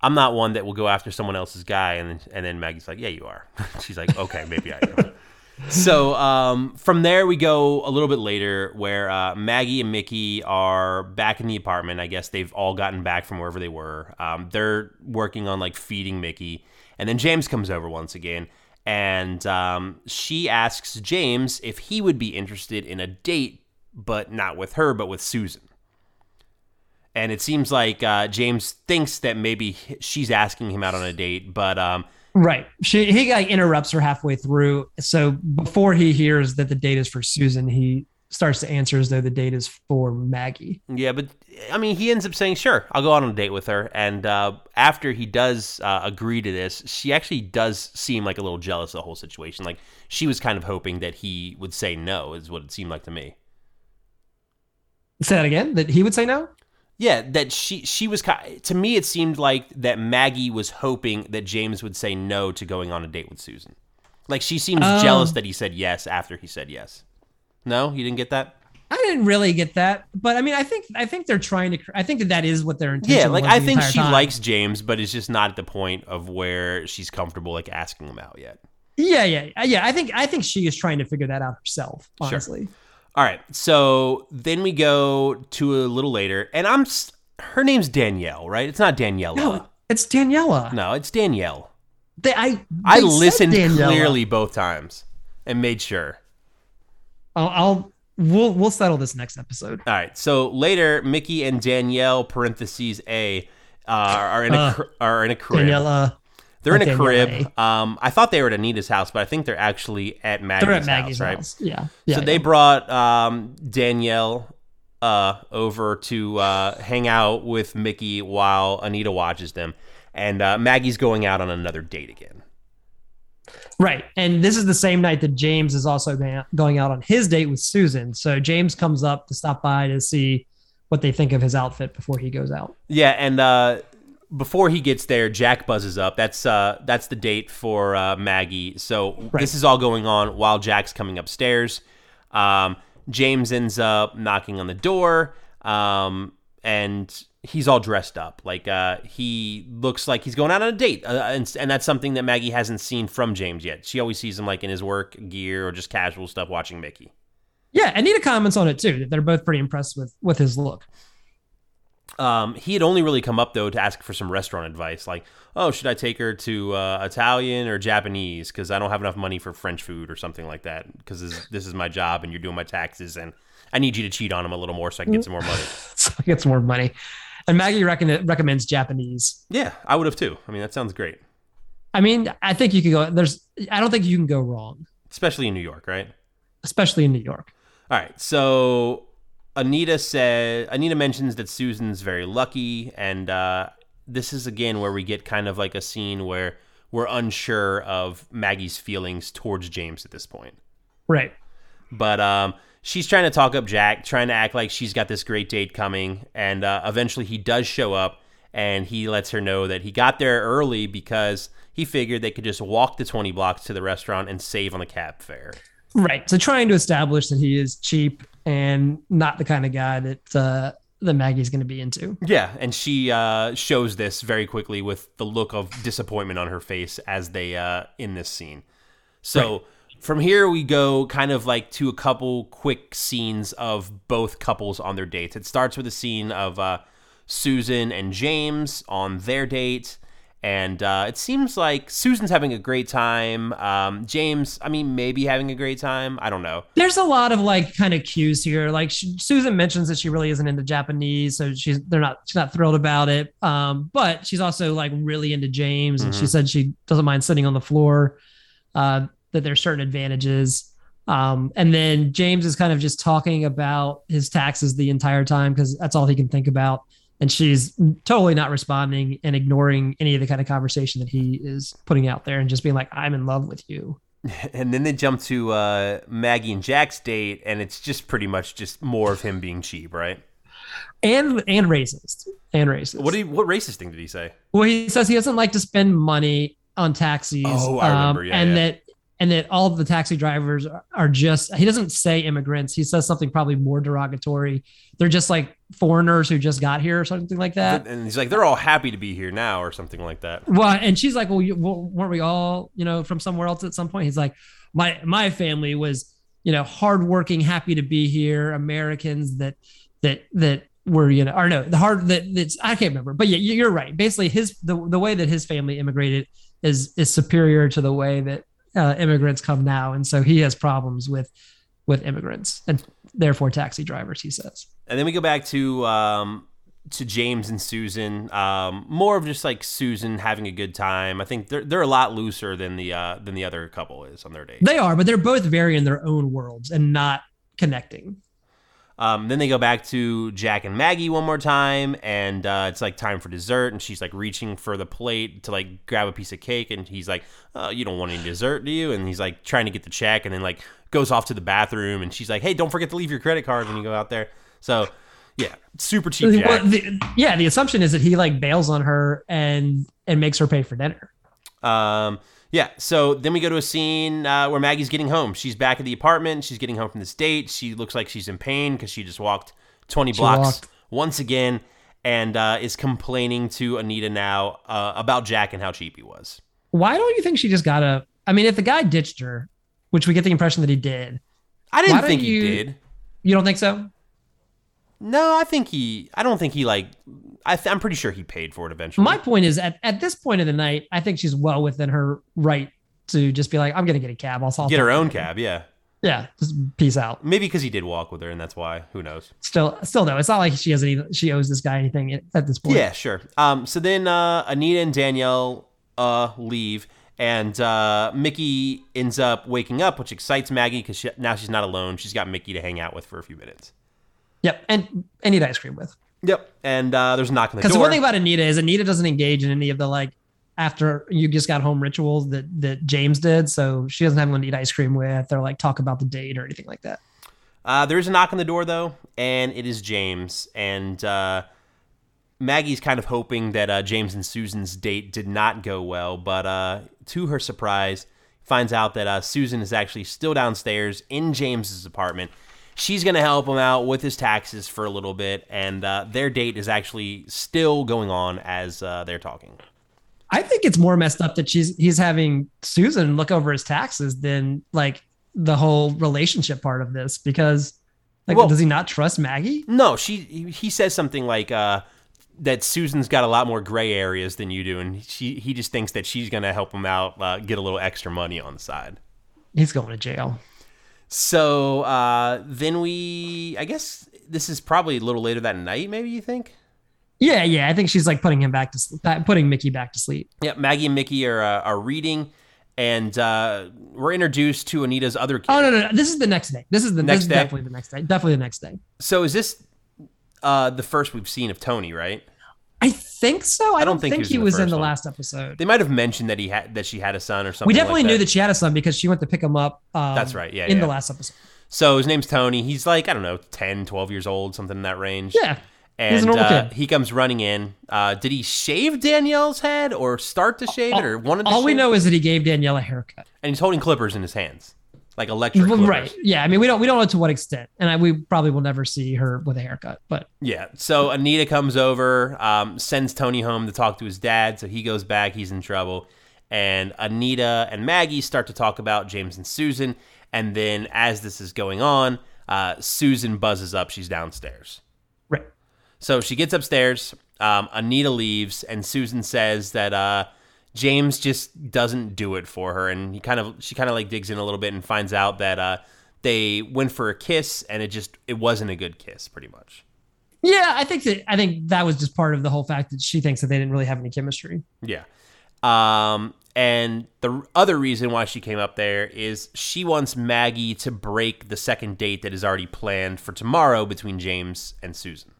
I'm not one that will go after someone else's guy and and then Maggie's like, "Yeah, you are." She's like, "Okay, maybe I am." so, um from there we go a little bit later where uh Maggie and Mickey are back in the apartment. I guess they've all gotten back from wherever they were. Um they're working on like feeding Mickey. And then James comes over once again, and um, she asks James if he would be interested in a date, but not with her, but with Susan. And it seems like uh, James thinks that maybe h- she's asking him out on a date, but um,
Right. She he like interrupts her halfway through. So before he hears that the date is for Susan, he starts to answer as though the date is for Maggie.
Yeah, but I mean, he ends up saying, "Sure, I'll go out on a date with her." And uh, after he does uh, agree to this, she actually does seem like a little jealous of the whole situation. Like she was kind of hoping that he would say no, is what it seemed like to me.
Say that again. That he would say no.
Yeah, that she she was ki- to me it seemed like that Maggie was hoping that James would say no to going on a date with Susan. Like she seems
Oh.
jealous that he said yes after he said yes. No, you didn't get that.
I didn't really get that, but I mean, I think I think they're trying to. cr- I think that that is what their intention.
Yeah, like
was
I
the
think
entire
she
time.
likes James, but it's just not at the point of where she's comfortable like asking him out yet.
Yeah, yeah, yeah. I think I think she is trying to figure that out herself. Honestly,
All right. So then we go to a little later, and I'm s- her name's Danielle, right? It's not Daniela.
no, it's Daniela.
No, it's Danielle.
They, I they
I
said
listened
Daniela.
clearly both times and made sure.
I'll, I'll we'll we'll settle this next episode.
All right. So later, Mickey and Danielle (parentheses A) uh, are in a
Uh,
cr- are in a crib.
Daniela,
They're in a
Danielle
crib. Um, I thought they were at Anita's house, but I think they're actually at Maggie's,
they're at Maggie's
house,
house.
right?
Yeah, yeah.
so they brought um, Danielle uh, over to uh, hang out with Mickey while Anita watches them, and uh, Maggie's going out on another date again.
Right. And this is the same night that James is also going- going out on his date with Susan. So James comes up to stop by to see what they think of his outfit before he goes out.
Yeah, and uh, before he gets there, Jack buzzes up. That's uh, that's the date for uh, Maggie. So
Right.
this is all going on while Jack's coming upstairs. Um, James ends up knocking on the door, um, and he's all dressed up. Like uh, he looks like he's going out on a date, uh, and, and that's something that Maggie hasn't seen from James yet. She always sees him like in his work gear or just casual stuff, watching Mickey.
Yeah, Anita comments on it too. That they're both pretty impressed with with his look.
Um, he had only really come up though to ask for some restaurant advice, like, "Oh, should I take her to uh, Italian or Japanese? Because I don't have enough money for French food or something like that. Because this, this is my job, and you're doing my taxes, and I need you to cheat on him a little more so I can get some more money."
so he gets more money. And Maggie reckon- recommends Japanese.
yeah, I would have too. I mean, that sounds great,
I mean, I think you can go. There's, I don't think you can go wrong,
especially in New York, right?
especially in New York.
All right, so Anita said Anita mentions that Susan's very lucky, and uh, this is again where we get kind of like a scene where we're unsure of Maggie's feelings towards James at this point.
Right.
But um, she's trying to talk up Jack, trying to act like she's got this great date coming. And uh, eventually he does show up and he lets her know that he got there early because he figured they could just walk the 20 blocks to the restaurant and save on the cab fare.
Right. So trying to establish that he is cheap and not the kind of guy that uh, that Maggie's going to be into.
Yeah. And she uh, shows this very quickly with the look of disappointment on her face as they uh, in this scene. So. From here, we go kind of like to a couple quick scenes of both couples on their dates. It starts with a scene of uh, Susan and James on their date. And uh, it seems like Susan's having a great time. Um, James, I mean, maybe having a great time. I don't know.
there's a lot of like kind of cues here. Like she, Susan mentions that she really isn't into Japanese, so she's they're not she's not thrilled about it. Um, but she's also like really into James, and she
Mhm.
said she doesn't mind sitting on the floor. Uh, that there's certain advantages. Um, and then James is kind of just talking about his taxes the entire time because that's all he can think about. And she's totally not responding and ignoring any of the kind of conversation that he is putting out there and just being like, I'm in love with you.
And then they jump to uh, Maggie and Jack's date, and it's just pretty much just more of him being cheap, right?
And and racist. And racist.
What, do you, what racist thing did he say?
Well, he says he doesn't like to spend money on taxis. um,
Oh, I remember. Yeah,
and
yeah.
that and that all the taxi drivers are- are just he doesn't say immigrants. He says something probably more derogatory. They're just like foreigners who just got here or something like that.
and he's like, they're all happy to be here now, or something like that.
Well, and she's like, well, you, well, weren't we all, you know, from somewhere else at some point? He's like, my my family was, you know, hardworking, happy to be here, Americans that that that were, you know, or no, the hard that that's I can't remember, but yeah, you- you're right. Basically, his the the way that his family immigrated is is superior to the way that uh, immigrants come now, and so he has problems with with immigrants and therefore taxi drivers. He says.
And then we go back to um, to James and Susan. Um, more of just like Susan having a good time. I think they're they're a lot looser than the uh, than the other couple is on their date.
They are, but they're both very in their own worlds and not connecting.
Um, then they go back to Jack and Maggie one more time, and uh, it's like time for dessert, and she's like reaching for the plate to like grab a piece of cake, and he's like, uh, "You don't want any dessert, do you?" And he's like trying to get the check, and then like goes off to the bathroom, and she's like, "Hey, don't forget to leave your credit card when you go out there." So, yeah, super cheap. Jack.
Well, the, yeah, the assumption is that he like bails on her and and makes her pay for dinner.
Um, yeah. So then we go to a scene uh, where Maggie's getting home. She's back at the apartment. She's getting home from this date. She looks like she's in pain because she just walked 20 blocks
walked.
once again and uh, is complaining to Anita now uh, about Jack and how cheap he was.
Why don't you think she just got a? I mean, if the guy ditched her, which we get the impression that he did,
I didn't
don't
think
you-
he did.
you don't think so?
No, I think he. I don't think he like. I th- I'm pretty sure he paid for it eventually.
My point is, at, at this point of the night, I think she's well within her right to just be like, "I'm gonna get a cab. I'll solve."
Get her
it."
own cab, yeah.
Yeah, just peace out.
Maybe because he did walk with her, and that's why. Who knows?
Still, still though, it's not like she has any. She owes this guy anything at- at this point.
Yeah, sure. Um, so then uh, Anita and Danielle uh, leave, and uh, Mickey ends up waking up, which excites Maggie because she, now she's not alone. She's got Mickey to hang out with for a few minutes.
Yep. And and eat ice cream with.
Yep. And uh, there's a knock on the
Because
door.
the one thing about Anita is Anita doesn't engage in any of the like after you just got home rituals that that James did. So she doesn't have anyone to eat ice cream with or like talk about the date or anything like that.
uh, there is a knock on the door though, and it is James. And uh, Maggie's kind of hoping that uh, James and Susan's date did not go well, but uh, to her surprise, finds out that uh, Susan is actually still downstairs in James's apartment. She's going to help him out with his taxes for a little bit, and uh, their date is actually still going on as uh, they're talking.
I think it's more messed up that she's he's having Susan look over his taxes than like the whole relationship part of this because like
Well-
does he not trust Maggie?
No, she he- he says something like uh, that Susan's got a lot more gray areas than you do, and she he just thinks that she's gonna help him out, uh, get a little extra money on the side.
He's going to jail.
So uh, then we, I guess this is probably a little later that night. Maybe you think?
Yeah, yeah. I think she's like putting him back to sleep, putting Mickey back to sleep.
Yeah, Maggie and Mickey are uh, are reading, and uh, we're introduced to Anita's other kid.
Oh no, no, no. This is the next day. This is the
Next
this is
day?
definitely the next day. Definitely the next day.
So is this uh, the first we've seen of Tony? Right?
I think so. I,
don't
don't,
think
think,
he was
he
in
was in
the first
the
one.
last episode.
They might have mentioned that he had that she had a son or something.
we definitely
like
knew that she had a son because she went to pick him up. Um,
That's right. Yeah,
in
yeah.
the last episode.
So his name's Tony. He's like, I don't know, 10, 12 years old, something in that range.
Yeah.
And
he's a normal
uh,
kid.
he comes running in. Uh, did he shave Danielle's head or start to shave it or wanted to
All we
shave
know
it?
is that he gave Danielle a haircut.
And he's holding clippers in his hands, like electric clippers.
Right. Yeah. I mean, we don't we don't know to what extent, and I, we probably will never see her with a haircut. But
Yeah. So Anita comes over, um, sends Tony home to talk to his dad. So he goes back. He's in trouble. And Anita and Maggie start to talk about James and Susan. And then as this is going on, uh, Susan buzzes up. She's downstairs.
right.
So she gets upstairs. Um, Anita leaves, and Susan says that uh, James just doesn't do it for her, and he kind of she kind of like digs in a little bit and finds out that uh, they went for a kiss, and it just it wasn't a good kiss, pretty much.
Yeah, I think that I think that was just part of the whole fact that she thinks that they didn't really have any chemistry.
Yeah. Um, and the r- other reason why she came up there is she wants Maggie to break the second date that is already planned for tomorrow between James and Susan.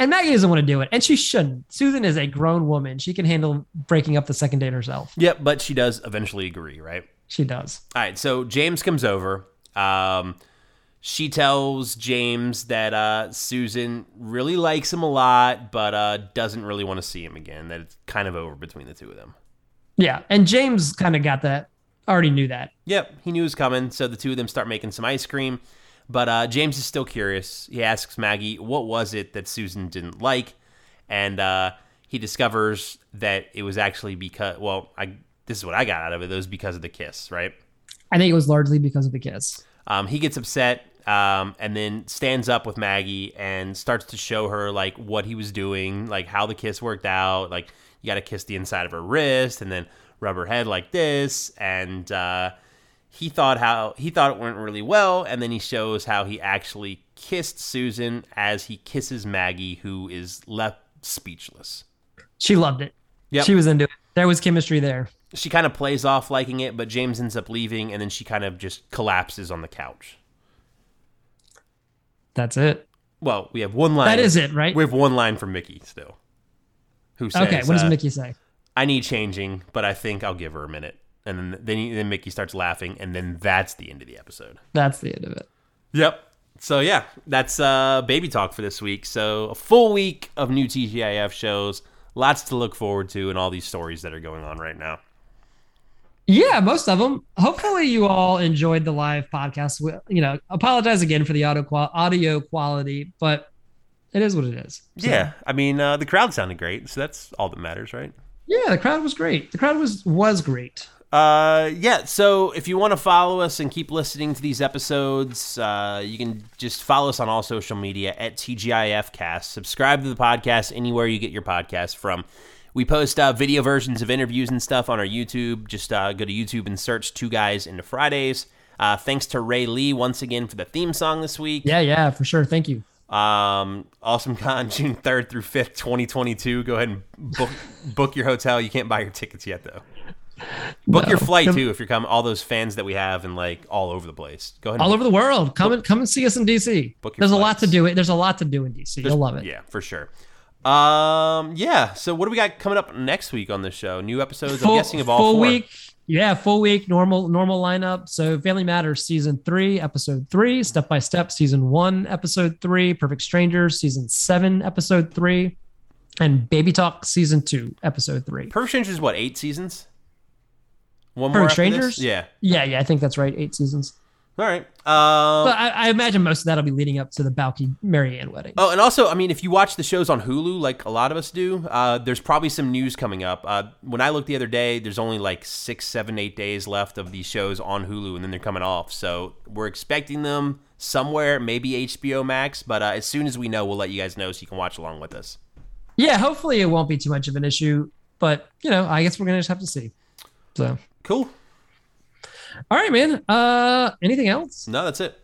And Maggie doesn't want to do it, and she shouldn't. Susan is a grown woman; she can handle breaking up the second date herself.
Yep, but she does eventually agree, right?
She does.
All right, so James comes over. Um, she tells James that uh, Susan really likes him a lot, but uh, doesn't really want to see him again. That it's kind of over between the two of them.
Yeah, and James kind of got that. Already knew that.
Yep, he knew it was coming, so the two of them start making some ice cream. But uh, James is still curious. He asks Maggie, what was it that Susan didn't like? And uh, he discovers that it was actually because, well, I, this is what I got out of it. It was because of the kiss, right?
I think it was largely because of the kiss.
Um, he gets upset um, and then stands up with Maggie and starts to show her like what he was doing, like how the kiss worked out. Like you got to kiss the inside of her wrist and then rub her head like this, and uh, he thought how he thought it went really well, and then he shows how he actually kissed Susan as he kisses Maggie, who is left speechless.
She loved it.
Yep.
She was into it. There was chemistry there.
She kind of plays off liking it, but James ends up leaving, and then she kind of just collapses on the couch.
That's it.
Well, we have one line.
That is it, right?
We have one line from Mickey still. Who says,
okay. What does
uh,
Mickey say?
I need changing, but I think I'll give her a minute. And then then, he, then Mickey starts laughing, and then that's the end of the episode.
That's the end of it.
Yep. So yeah, that's uh, baby talk for this week. So a full week of new TGIF shows, lots to look forward to, and all these stories that are going on right now.
Yeah, most of them. Hopefully, you all enjoyed the live podcast. We- You know, apologize again for the audio qual- audio quality, but it is what it is. So-
Yeah, I mean uh, the crowd sounded great, so that's all that matters, right?
yeah. The crowd was great. The crowd was was great.
Uh, yeah. So if you want to follow us and keep listening to these episodes, uh, you can just follow us on all social media at TGIFcast. Subscribe to the podcast anywhere you get your podcast from. We post uh, video versions of interviews and stuff on our YouTube. Just uh, go to YouTube and search Two Guys into Fridays. Uh, thanks to Ray Lee once again for the theme song this week.
Yeah, yeah, for sure. Thank you.
Um, awesome con June third through fifth, twenty twenty two. Go ahead and book book your hotel. You can't buy your tickets yet though. Book
Uh,
your flight too if you're coming. All those fans that we have and like all over the place. Go ahead.
All
and
over the world. Come and come and see us in DC.
Book your
There's a lot
flights.
to do. It. There's a lot to do in DC. You'll love it.
Yeah, for sure. Um, yeah. So what do we got coming up next week on this show? New episodes. I'm guessing of all
full
four.
week. Yeah, full week, normal normal lineup. So Family Matters season three, episode three, Step by Step season one, episode three, Perfect Strangers season seven, episode three, and Baby Talk season two, episode three.
Perfect Strangers is what eight seasons. One
Perfect
more after this?
Strangers?
Yeah.
Yeah, yeah, I think that's right. Eight seasons.
All right. Um,
But I, I imagine most of that'll be leading up to the Balky Mary Ann wedding.
Oh, and also, I mean, if you watch the shows on Hulu, like a lot of us do, uh, there's probably some news coming up. Uh, when I looked the other day, there's only like six, seven, eight days left of these shows on Hulu, and then they're coming off. So we're expecting them somewhere, maybe HBO Max. But uh, as soon as we know, we'll let you guys know so you can watch along with us.
Yeah, hopefully it won't be too much of an issue. But you know, I guess we're gonna just have to see. So
Cool.
all right, man. Uh anything else?
No, that's it.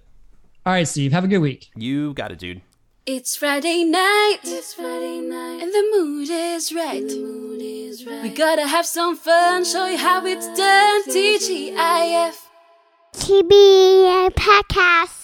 All right, Steve, have a good week.
You got it, dude.
It's Friday night,
It's Friday night.
and the mood is right.
the mood is right.
We gotta have some fun, show you how it's done. TGIF.
TBA podcast.